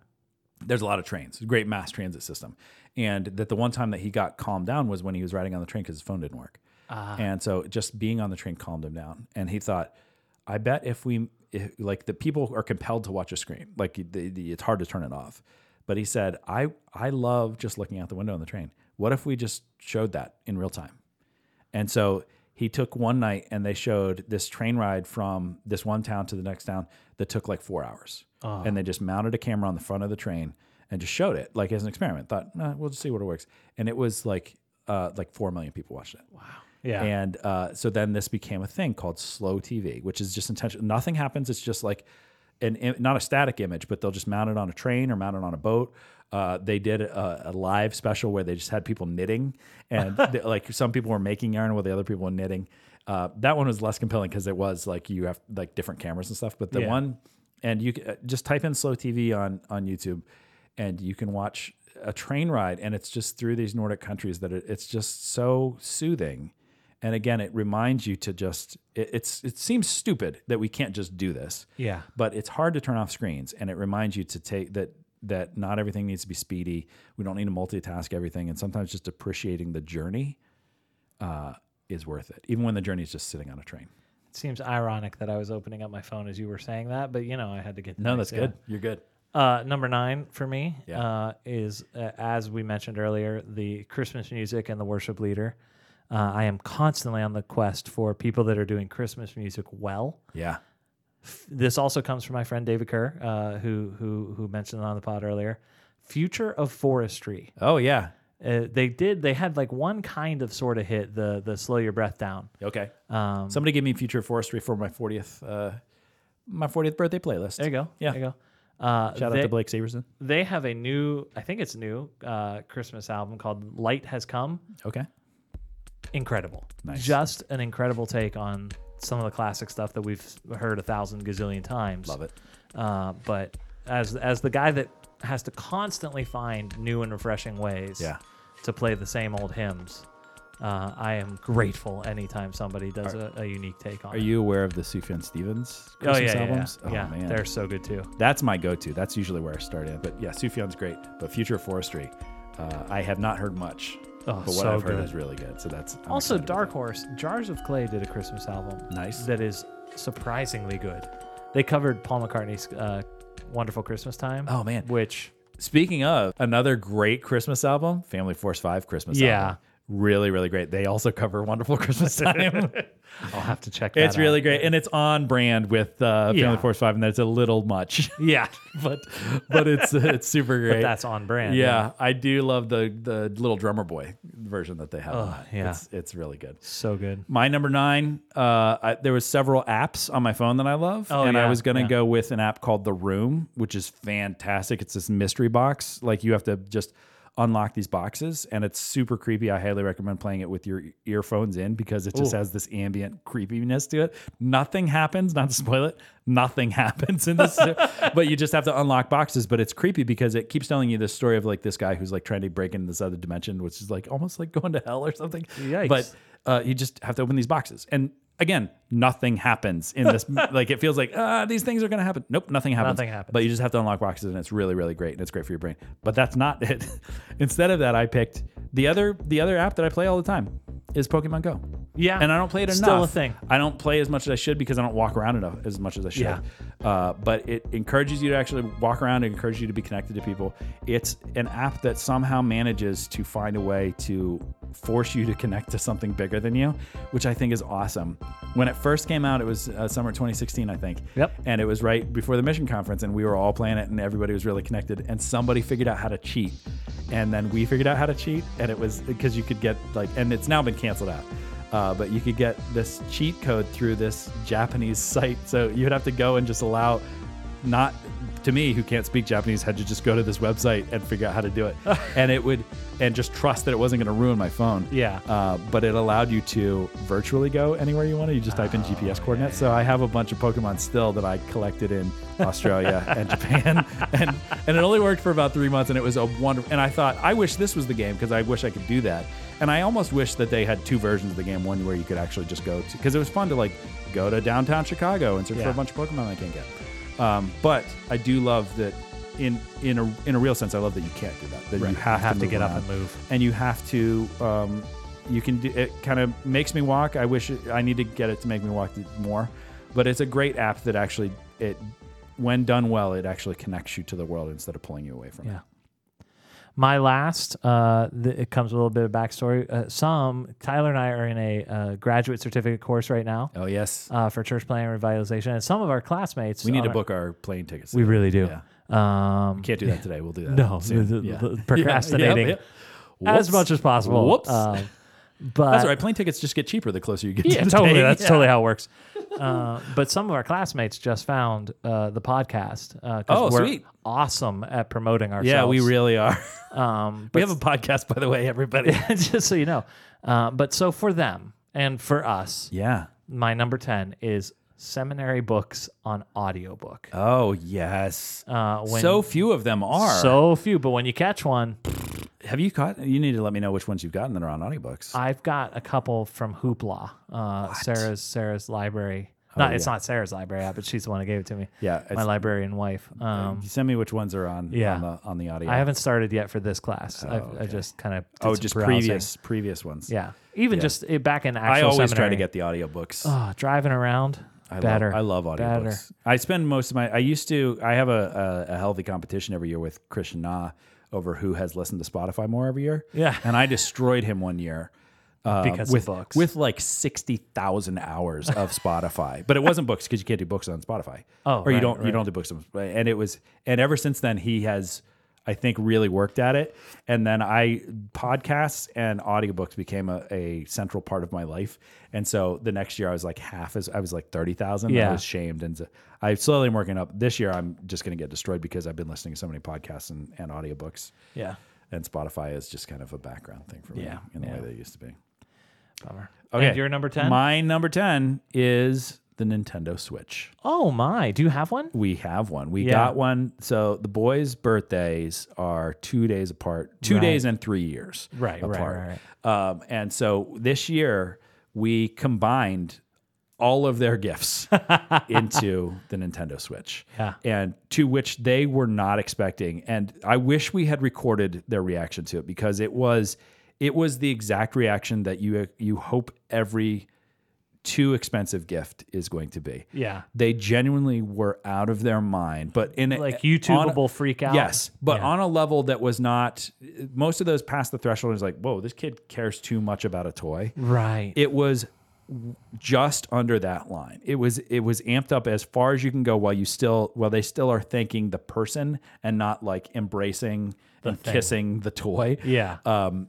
Speaker 1: There's a lot of trains, great mass transit system, and that the one time that he got calmed down was when he was riding on the train because his phone didn't work,
Speaker 2: Ah.
Speaker 1: and so just being on the train calmed him down. And he thought, I bet if we if, like the people are compelled to watch a screen, like the, the, it's hard to turn it off. But he said, I I love just looking out the window on the train. What if we just showed that in real time? And so he took one night and they showed this train ride from this one town to the next town that took like four hours.
Speaker 2: Oh.
Speaker 1: And they just mounted a camera on the front of the train and just showed it like as an experiment. Thought, nah, we'll just see what it works. And it was like uh, like four million people watched it. Wow.
Speaker 2: Yeah.
Speaker 1: And uh, so then this became a thing called slow TV, which is just intentional. Nothing happens. It's just like an im- not a static image, but they'll just mount it on a train or mount it on a boat. Uh, they did a, a live special where they just had people knitting, and they- like some people were making yarn while the other people were knitting. Uh, that one was less compelling because it was like you have like different cameras and stuff. But the
Speaker 15: Yeah.
Speaker 1: one, and you c- uh, just type in slow TV on on YouTube, and you can watch a train ride, and it's just through these Nordic countries that it, it's just so soothing. And again, it reminds you to just it, it's it seems stupid that we can't just do this.
Speaker 2: Yeah.
Speaker 1: But it's hard to turn off screens, and it reminds you to take that that not everything needs to be speedy. We don't need to multitask everything, and sometimes just appreciating the journey uh, is worth it, even when the journey is just sitting on a train.
Speaker 2: It seems ironic that I was opening up my phone as you were saying that, but you know, I had to get. the
Speaker 1: No,
Speaker 2: next
Speaker 1: that's good.
Speaker 2: in.
Speaker 1: You're good.
Speaker 2: Uh, number nine for me
Speaker 1: Yeah.
Speaker 2: uh, is, uh, as we mentioned earlier, the Christmas music and the worship leader. Uh, I am constantly on the quest for people that are doing Christmas music well.
Speaker 1: Yeah.
Speaker 2: F- This also comes from my friend David Kerr, uh, who who who mentioned it on the pod earlier. Future of Forestry.
Speaker 1: Oh yeah.
Speaker 2: Uh, they did. They had like one kind of sort of hit the the slow your breath down.
Speaker 1: Okay.
Speaker 2: Um,
Speaker 1: Somebody give me future forestry for my 40th uh, my 40th birthday playlist.
Speaker 2: There you go.
Speaker 1: Yeah.
Speaker 2: There you go. Uh,
Speaker 1: Shout out to Blake Saberson.
Speaker 2: They have a new, I think it's new, uh, Christmas album called Light Has Come.
Speaker 1: Okay.
Speaker 2: Incredible.
Speaker 1: Nice.
Speaker 2: Just an incredible take on some of the classic stuff that we've heard a thousand gazillion times.
Speaker 1: Love it.
Speaker 2: Uh, but as as the guy that has to constantly find new and refreshing ways
Speaker 1: Yeah.
Speaker 2: to play the same old hymns, uh, I am grateful anytime somebody does
Speaker 1: Are-
Speaker 2: a, a unique take on
Speaker 1: Are
Speaker 2: it.
Speaker 1: you aware of the Sufjan Stevens
Speaker 2: Oh, yeah,
Speaker 1: Christmas
Speaker 2: yeah, yeah.
Speaker 1: albums?
Speaker 2: Yeah, they're so good too.
Speaker 1: That's my go-to. That's usually where I start in. But yeah, Sufjan's great. But Future Forestry, uh, I have not heard much.
Speaker 2: Oh,
Speaker 1: but what
Speaker 2: so
Speaker 1: I've heard
Speaker 2: good.
Speaker 1: is really good. So that's I'm
Speaker 2: also,
Speaker 1: excited.
Speaker 2: Dark Horse, Jars of Clay did a Christmas album.
Speaker 1: Nice.
Speaker 2: That is surprisingly good. They covered Paul McCartney's uh, Wonderful Christmas Time.
Speaker 1: Oh man.
Speaker 2: Which
Speaker 1: speaking of another great Christmas album, Family Force Five Christmas
Speaker 2: Yeah.
Speaker 1: album. Really, really great. They also cover
Speaker 2: [laughs]
Speaker 1: Wonderful Christmas Time.
Speaker 2: I'll have to check that
Speaker 1: It's really
Speaker 2: out.
Speaker 1: great, and it's on brand with uh, Family
Speaker 2: Yeah.
Speaker 1: Force Five, and that's a little much.
Speaker 2: [laughs]
Speaker 1: [laughs]
Speaker 2: Yeah, but [laughs]
Speaker 1: but it's it's super
Speaker 2: But
Speaker 1: great.
Speaker 2: that's on brand,
Speaker 1: Yeah,
Speaker 2: yeah.
Speaker 1: I do love the the little drummer boy version that they have. on
Speaker 2: Oh,
Speaker 1: that.
Speaker 2: yeah.
Speaker 1: it's, it's really good.
Speaker 2: So good.
Speaker 1: My number nine. Uh, I, there was several apps on my phone that I love,
Speaker 2: Oh,
Speaker 1: and I
Speaker 2: yeah,
Speaker 1: was gonna
Speaker 2: yeah.
Speaker 1: go with an app called The Room, which is fantastic. It's this mystery box. Like you have to just unlock these boxes, and it's super creepy. I highly recommend playing it with your earphones in because it just
Speaker 15: Ooh.
Speaker 1: has this ambient creepiness to it. Nothing happens. Not to spoil it. Nothing [laughs] happens in this, but you just have to unlock boxes. But it's creepy because it keeps telling you this story of like this guy who's like trying to break into this other dimension, which is like almost like going to hell or something.
Speaker 2: Yikes.
Speaker 1: But uh, you just have to open these boxes. And again, nothing happens
Speaker 2: [laughs]
Speaker 1: in this. like it feels like ah, these things are going to happen. Nope, nothing happens.
Speaker 2: Nothing happens.
Speaker 1: But you just have to unlock boxes, and it's really, really great, and it's great for your brain. But that's not it. [laughs] Instead of that, I picked the other the other app that I play all the time is Pokemon Go.
Speaker 2: Yeah,
Speaker 1: and I don't play it enough.
Speaker 2: Still a thing.
Speaker 1: I don't play as much as I should because I don't walk around enough as much as I should.
Speaker 2: Yeah.
Speaker 1: Uh, but it encourages you to actually walk around and encourages you to be connected to people. It's an app that somehow manages to find a way to force you to connect to something bigger than you, which I think is awesome. When it first came out, it was uh, summer 2016, I think. Yep. And it was right before the mission conference, and we were all playing it, and everybody was really connected. And somebody figured out how to cheat, and then we figured out how to cheat, and it was because you could get like, and it's now been canceled out uh, but you could get this cheat code through this Japanese [laughs] site. So you'd have to go and just allow, not to me who can't speak Japanese, had to just go to this website and figure out how to do it, and it would, and just trust that it wasn't going to ruin my phone.
Speaker 2: Yeah.
Speaker 1: Uh, but it allowed you to virtually go anywhere you wanted. You just type
Speaker 2: Ah,
Speaker 1: in GPS coordinates. So I have a bunch of Pokemon still that I collected in
Speaker 2: [laughs]
Speaker 1: Australia and Japan, and and it only worked for about three months, and it was a wonderful. And I thought, I wish this was the game because I wish I could do that. And I almost wish that they had two versions of the game, one where you could actually just go to because it was fun to like go to downtown Chicago and search for
Speaker 15: Yeah.
Speaker 1: a bunch of Pokemon I can't get. Um, but I do love that in in a in a real sense, I love that you can't do that. That
Speaker 2: Right.
Speaker 1: you have,
Speaker 2: Have to
Speaker 1: move
Speaker 2: get up
Speaker 1: around.
Speaker 2: and move.
Speaker 1: and you have to. Um, you can do it. Kind of makes me walk. I wish it, I need to get it to make me walk more, but it's a great app that actually it, when done well, it actually connects you to the world instead of pulling you away from it.
Speaker 2: Yeah. My last, uh, th- it comes with a little bit of backstory. Uh, some Tyler and I are in a uh, graduate certificate course right now.
Speaker 1: Oh yes,
Speaker 2: uh, for church planning revitalization, and some of our classmates.
Speaker 1: We need
Speaker 2: on
Speaker 1: to
Speaker 2: our-
Speaker 1: book our plane tickets.
Speaker 2: We really do.
Speaker 1: Yeah.
Speaker 2: Um,
Speaker 1: We
Speaker 2: [laughs]
Speaker 1: can't do that today. We'll do that
Speaker 2: No,
Speaker 1: soon.
Speaker 2: the- the-
Speaker 1: [laughs] Yeah.
Speaker 2: the
Speaker 1: [laughs] Yeah,
Speaker 2: procrastinating
Speaker 1: yep, yep.
Speaker 2: as
Speaker 1: Whoops.
Speaker 2: much as possible.
Speaker 1: Whoops.
Speaker 2: Um, But
Speaker 1: that's all right. Plane tickets just get cheaper the closer you
Speaker 2: [laughs]
Speaker 1: get.
Speaker 2: yeah,
Speaker 1: to the
Speaker 2: totally.
Speaker 1: date.
Speaker 2: That's
Speaker 1: Yeah.
Speaker 2: totally how it works. Uh, but some of our classmates just found uh, the podcast. Uh, 'cause
Speaker 1: Oh,
Speaker 2: we're
Speaker 1: sweet.
Speaker 2: Awesome at promoting ourselves.
Speaker 1: Yeah, we really
Speaker 2: are. [laughs] Um,
Speaker 1: We have a podcast, by the way, everybody.
Speaker 2: [laughs] just so you know. Uh, but so for them and for us,
Speaker 1: yeah.
Speaker 2: My number ten is seminary books on audiobook.
Speaker 1: Oh yes.
Speaker 2: Uh, when
Speaker 1: so few of them are.
Speaker 2: So few, but when you catch one,
Speaker 1: have you caught? You need to let me know which ones you've gotten that are on audiobooks.
Speaker 2: I've got a couple from Hoopla, uh, Sarah's Sarah's library.
Speaker 1: Oh,
Speaker 2: not, it's
Speaker 1: yeah.
Speaker 2: not Sarah's library app, but she's the one who gave it to me.
Speaker 1: Yeah,
Speaker 2: my
Speaker 1: it's-
Speaker 2: librarian wife. Um,
Speaker 1: you send me which ones are on.
Speaker 2: yeah,
Speaker 1: on the, on the audio.
Speaker 2: I haven't started yet for this class. I've, I just kind of
Speaker 1: Oh, just previous previous ones.
Speaker 2: Yeah, even
Speaker 1: Yeah.
Speaker 2: just it, back in actual.
Speaker 1: I always try
Speaker 2: seminary.
Speaker 1: to get the audiobooks.
Speaker 2: Oh, driving around.
Speaker 1: I
Speaker 2: better.
Speaker 1: Love, I love audiobooks.
Speaker 2: Better.
Speaker 1: I spend most of my. I used to. I have a, a, a healthy competition every year with Christian Nah over who has listened to Spotify more every year.
Speaker 2: Yeah.
Speaker 1: and I destroyed him one year. Uh,
Speaker 2: Because of
Speaker 1: with
Speaker 2: books.
Speaker 1: with like sixty thousand
Speaker 2: [laughs]
Speaker 1: hours of Spotify, but it wasn't books because you can't do books on Spotify.
Speaker 2: Oh,
Speaker 1: or you
Speaker 2: right,
Speaker 1: don't you
Speaker 2: right.
Speaker 1: don't do books on. And it was and ever since then he has, I think, really worked at it. And then I podcasts and audiobooks became a, a central part of my life. And so the next year I was like half as I was like thirty thousand. I
Speaker 2: Yeah.
Speaker 1: was shamed and so- I slowly am working up. This year I'm just going to get destroyed because I've been listening to so many podcasts and, and audiobooks.
Speaker 2: Yeah.
Speaker 1: And Spotify is just kind of a background thing for me
Speaker 2: Yeah,
Speaker 1: in the
Speaker 2: yeah.
Speaker 1: way they used to be.
Speaker 2: Bummer.
Speaker 1: Okay.
Speaker 2: And your number 10?
Speaker 1: My number 10 is the Nintendo Switch.
Speaker 2: Oh my! Do you have one?
Speaker 1: We have one. We
Speaker 2: Yeah.
Speaker 1: got one. So the boys' birthdays are two days apart, two
Speaker 2: Right.
Speaker 1: days and three years
Speaker 2: Right, right,
Speaker 1: apart.
Speaker 2: right,
Speaker 1: Um, and so this year we combined all of
Speaker 2: [laughs]
Speaker 1: their gifts into the Nintendo Switch.
Speaker 2: Yeah.
Speaker 1: And to which they were not expecting. And I wish we had recorded their reaction to it because it was it was the exact reaction that you you hope every too expensive gift is going to be.
Speaker 2: Yeah.
Speaker 1: They genuinely were out of their mind, but in a,
Speaker 2: Like
Speaker 1: on a-
Speaker 2: YouTubeable freak out?
Speaker 1: Yes, but
Speaker 2: Yeah.
Speaker 1: on a level that was not. Most of those passed the threshold. and It's like, whoa, this kid cares too much about a toy.
Speaker 2: Right.
Speaker 1: It was w- just under that line. It was it was amped up as far as you can go while you still while they still are thanking the person and not like embracing
Speaker 2: The
Speaker 1: and
Speaker 2: thing.
Speaker 1: kissing the toy.
Speaker 2: Yeah.
Speaker 1: Um,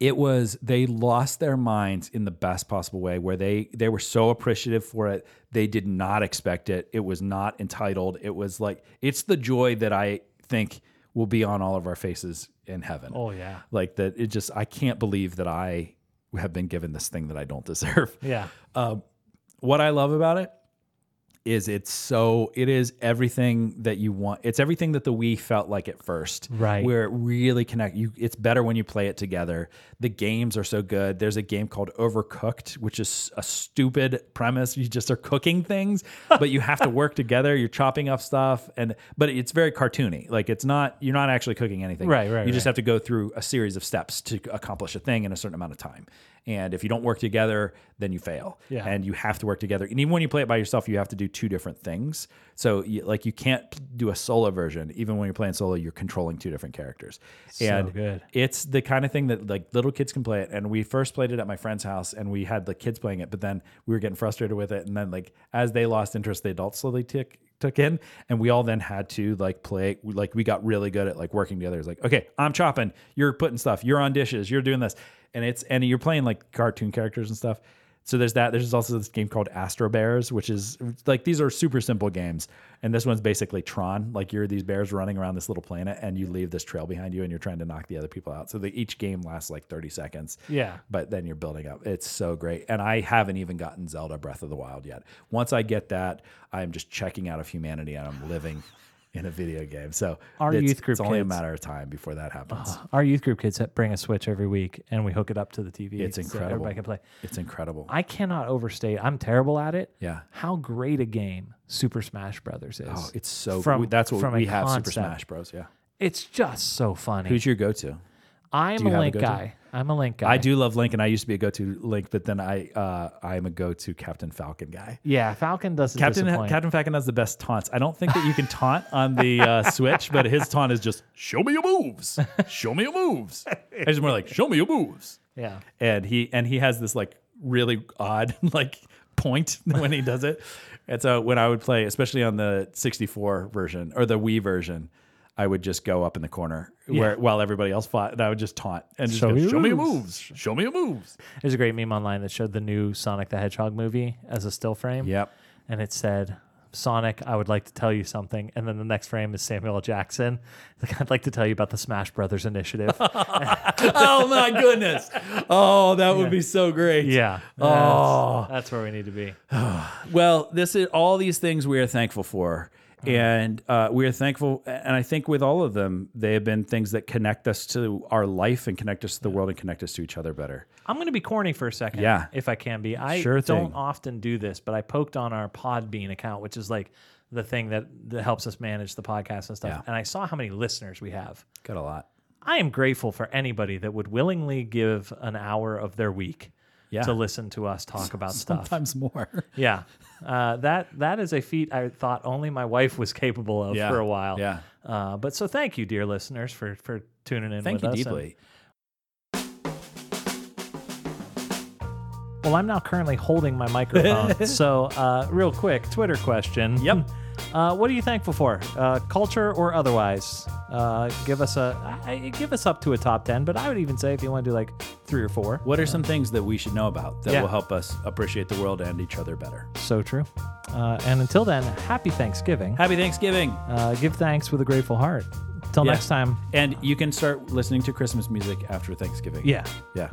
Speaker 1: it was they lost their minds in the best possible way where they they were so appreciative for it they did not expect it it was not entitled it was like it's the joy that i think will be on all of our faces in heaven
Speaker 2: Oh, yeah.
Speaker 1: like that it just i can't believe that i have been given this thing that i don't [laughs] deserve
Speaker 2: Yeah.
Speaker 1: um, what I love about it is it's so it is everything that you want. It's everything that the Wii felt like at first,
Speaker 2: Right.
Speaker 1: Where it really connect you. It's better when you play it together. The games are so good. There's a game called Overcooked, which is a stupid premise. You just are cooking
Speaker 2: [laughs]
Speaker 1: things, but you have to work together. You're chopping up stuff, and but it's very cartoony. Like it's not you're not actually cooking anything,
Speaker 2: Right, right,
Speaker 1: You just
Speaker 2: right.
Speaker 1: have to go through a series of steps to accomplish a thing in a certain amount of time. And if you don't work together, then you fail
Speaker 2: Yeah.
Speaker 1: and you have to work together. And even when you play it by yourself, you have to do two different things. So, you, like, you can't p- do a solo version. Even when you're playing solo, you're controlling two different characters.
Speaker 2: So
Speaker 1: and
Speaker 2: good.
Speaker 1: it's the kind of thing that like little kids can play it. And we first played it at my friend's house, and we had the kids playing it, but then we were getting frustrated with it. And then like as they lost interest, the adults slowly took took in, and we all then had to like play. we- Like we got really good at like working together. It's like okay, I'm chopping, you're putting stuff, you're on dishes, you're doing this, and it's and you're playing like cartoon characters and stuff. So there's that. There's also this game called Astro Bears, which is like these are super simple games, and this one's basically Tron. Like you're these bears running around this little planet, and you leave this trail behind you, and you're trying to knock the other people out. So the, each game lasts like 30 seconds.
Speaker 2: Yeah.
Speaker 1: but then you're building up. It's so great, and I haven't even gotten Zelda Breath of the Wild yet. Once I get that, I'm just checking out of humanity, and I'm living in a video game. So
Speaker 2: Our
Speaker 1: it's-
Speaker 2: youth group
Speaker 1: it's only
Speaker 2: kids- Uh-huh.
Speaker 1: a matter of time before that happens.
Speaker 2: Our youth group kids that bring a Switch every week, and we hook it up to the TV.
Speaker 1: it's
Speaker 2: so
Speaker 1: incredible.
Speaker 2: everybody can play.
Speaker 1: It's incredible.
Speaker 2: I cannot overstate. I'm terrible at it.
Speaker 1: Yeah.
Speaker 2: How great a game Super Smash Brothers is.
Speaker 1: Oh, it's so
Speaker 2: From-
Speaker 1: that's what
Speaker 2: from a
Speaker 1: we have Super
Speaker 2: concept.
Speaker 1: Smash Bros. Yeah.
Speaker 2: It's just so funny.
Speaker 1: Who's your go-to?
Speaker 2: I'm
Speaker 1: Do you
Speaker 2: a
Speaker 1: have a
Speaker 2: Link
Speaker 1: go-to?
Speaker 2: guy. I'm a Link guy.
Speaker 1: I do love Link, and I used to be a go-to Link, but then I uh, I'm a go-to Captain Falcon guy.
Speaker 2: Yeah, Falcon doesn't
Speaker 1: Captain
Speaker 2: disappoint.
Speaker 1: Captain Falcon has the best taunts. I don't think that you can taunt on the [laughs] uh, Switch, but his taunt is just "Show me your moves, show me your moves." [laughs] It's more like "Show me your moves."
Speaker 2: Yeah.
Speaker 1: and he and he has this like really odd [laughs] like point when he does it. And so when I would play, especially on the 64 version or the Wii version,
Speaker 10: I would just go up in the corner
Speaker 2: Yeah.
Speaker 10: where while everybody else fought, and I would just taunt and just
Speaker 2: Show
Speaker 10: go,
Speaker 2: me your
Speaker 10: "Show me your moves!
Speaker 2: moves."
Speaker 10: Show me your moves!"
Speaker 2: There's a great meme online that showed the new Sonic the Hedgehog movie as a still frame.
Speaker 10: Yep.
Speaker 2: And it said, Sonic, I would like to tell you something. And then the next frame is Samuel L. Jackson. [laughs] Like, I'd like to tell you about the Smash Brothers
Speaker 1: [laughs]
Speaker 2: initiative.
Speaker 1: oh
Speaker 2: [laughs]
Speaker 1: my goodness. Oh, that would
Speaker 2: Yeah.
Speaker 1: be so great.
Speaker 2: Yeah.
Speaker 1: Oh.
Speaker 2: That's, that's where we need to be.
Speaker 1: well, this is all these things we are thankful for.
Speaker 2: Mm-hmm.
Speaker 1: And uh, we are thankful, and I think with all of them, they have been things that connect us to our life and connect us to the world and connect us to each other better.
Speaker 2: I'm going to be corny for a second.
Speaker 1: Yeah.
Speaker 2: If I can be. I
Speaker 1: Sure
Speaker 2: don't
Speaker 1: thing.
Speaker 2: often do this, but I poked on our Podbean account, which is like the thing that, that helps us manage the podcast and stuff.
Speaker 1: Yeah.
Speaker 2: And I saw how many listeners we have.
Speaker 1: Got a lot.
Speaker 2: I am grateful for anybody that would willingly give an hour of their week
Speaker 1: Yeah.
Speaker 2: to listen to us talk
Speaker 1: [laughs]
Speaker 2: about stuff.
Speaker 1: Sometimes [laughs] more.
Speaker 2: Yeah. Uh, that that is a feat I thought only my wife was [laughs] capable of
Speaker 1: Yeah.
Speaker 2: for a while.
Speaker 1: Yeah.
Speaker 2: Uh, but so thank you, dear listeners, for for tuning in. with
Speaker 1: Thank you
Speaker 2: us and-
Speaker 1: deeply.
Speaker 2: well, I'm now currently holding my
Speaker 1: [laughs]
Speaker 2: microphone. so, uh, real quick, Twitter question. Yep. Uh, what are you thankful for, uh, culture or otherwise? Uh, give us a I, I- give us up to a top ten, but I would even say if you want to do like three or four.
Speaker 1: What are some things that we should know about that
Speaker 2: Yeah.
Speaker 1: will help us appreciate the world and each other better?
Speaker 2: So true. Uh, and until then, happy Thanksgiving.
Speaker 1: Happy Thanksgiving.
Speaker 2: Uh, give thanks with a grateful heart. Till
Speaker 1: Yeah.
Speaker 2: next time.
Speaker 1: And you can start listening to Christmas music after Thanksgiving.
Speaker 2: Yeah.
Speaker 1: Yeah.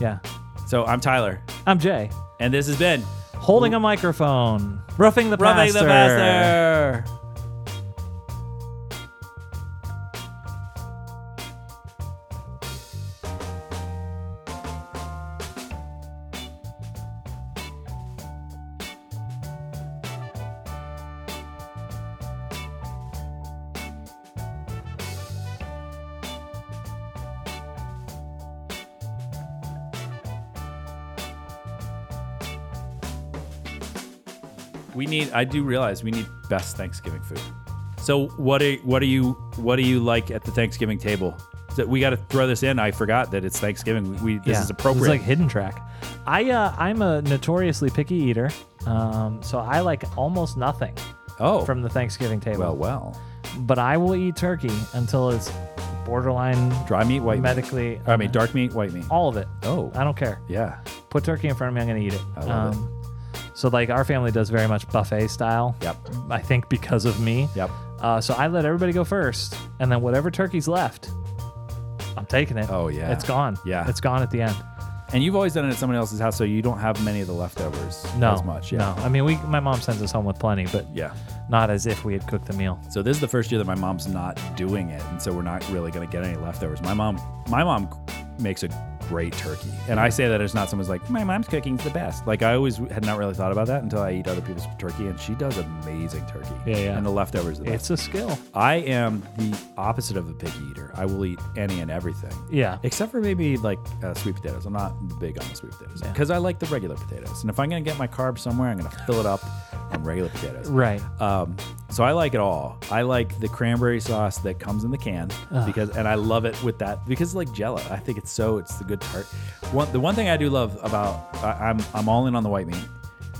Speaker 2: Yeah.
Speaker 1: So I'm Tyler.
Speaker 2: I'm Jay.
Speaker 1: And this has been
Speaker 2: Holding a microphone. Roughing the
Speaker 1: Rubbing the
Speaker 2: pastor.
Speaker 1: Pastor. We need. I do realize we need best Thanksgiving food. So what are what are you what do you like at the Thanksgiving table? So we got to throw this in. I forgot that it's Thanksgiving. We this
Speaker 2: Yeah.
Speaker 1: is appropriate.
Speaker 2: It's like hidden track. I uh, I'm a notoriously picky eater, um, so I like almost nothing.
Speaker 1: Oh.
Speaker 2: From the Thanksgiving table.
Speaker 1: Well, well.
Speaker 2: But I will eat turkey until it's borderline
Speaker 1: dry meat, white meat.
Speaker 2: medically.
Speaker 1: I mean, dark meat, white meat.
Speaker 2: All of it.
Speaker 1: Oh.
Speaker 2: I don't care.
Speaker 1: Yeah.
Speaker 2: Put turkey in front of me. I'm gonna eat it. Um,
Speaker 1: I love
Speaker 2: So like our family does very much buffet style.
Speaker 1: Yep.
Speaker 2: I think because of me.
Speaker 1: Yep.
Speaker 2: Uh, so I let everybody go first, and then whatever turkey's left, I'm taking it.
Speaker 1: Oh yeah.
Speaker 2: It's gone.
Speaker 1: Yeah.
Speaker 2: It's gone at the end.
Speaker 1: and you've always done it at someone else's house, so you don't have many of the leftovers.
Speaker 2: No,
Speaker 1: As much. Yeah.
Speaker 2: No, I mean we. My mom sends us home with plenty, but
Speaker 1: Yeah.
Speaker 2: not as if we had cooked the meal.
Speaker 1: So this is the first year that my mom's not doing it, and so we're not really going to get any leftovers. My mom, my mom makes a great turkey, and I say that as not someone's like my mom's cooking's the best. Like I always had not really thought about that until I eat other people's turkey, and she does amazing turkey.
Speaker 2: Yeah, yeah.
Speaker 1: And the leftovers. Are the
Speaker 2: It's
Speaker 1: best.
Speaker 2: a skill.
Speaker 1: I am the opposite of a picky eater. I will eat any and everything.
Speaker 2: Yeah.
Speaker 1: Except for maybe like uh, sweet potatoes. I'm not big on the sweet potatoes because I like the regular potatoes. And if I'm going to get my carbs somewhere, I'm going to fill it up on regular potatoes.
Speaker 2: Right.
Speaker 1: Um, so I like it all. I like the cranberry sauce that comes in the can
Speaker 2: Ugh.
Speaker 1: because, and I love it with that because it's like Jell-O. I think it's so it's the good part. One the one thing I do love about I, I'm I'm all in on the white meat,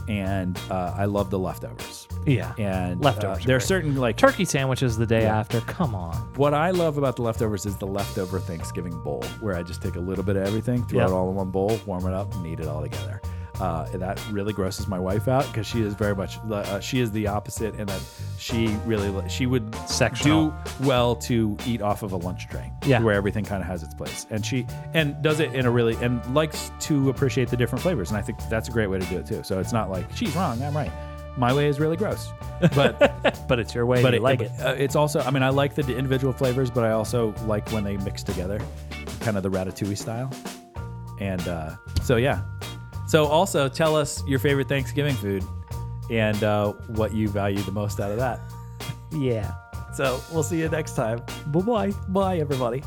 Speaker 1: and uh, I love the leftovers.
Speaker 2: Yeah.
Speaker 1: and
Speaker 2: Leftovers
Speaker 1: Uh,
Speaker 2: are
Speaker 1: there are
Speaker 2: great.
Speaker 1: certain like
Speaker 2: turkey sandwiches the day
Speaker 1: Yeah.
Speaker 2: after. Come on.
Speaker 1: what I love about the leftovers is the leftover Thanksgiving bowl, where I just take a little bit of everything, throw it
Speaker 2: Yeah.
Speaker 1: all in one bowl, warm it up, and eat it all together. Uh, and that really grosses my wife out because she is very much the- uh, she is the opposite, and that she really li- she would
Speaker 2: Sectional.
Speaker 1: do well to eat off of a lunch tray,
Speaker 2: Yeah.
Speaker 1: where everything kind of has its place, and she and does it in a really and likes to appreciate the different flavors, and I think that's a great way to do it too. So it's not like she's wrong, I'm right. My way is really gross, but
Speaker 2: [laughs] But it's your way.
Speaker 1: but
Speaker 2: you
Speaker 1: it-
Speaker 2: like it.
Speaker 1: uh, it's also, I mean, I like the individual flavors, but I also like when they mix together, kind of the ratatouille style. And uh, so, yeah. So, also tell us your favorite Thanksgiving food and uh, what you value the most out of that.
Speaker 2: Yeah.
Speaker 1: So, we'll see you next time. Bye bye. Bye, everybody.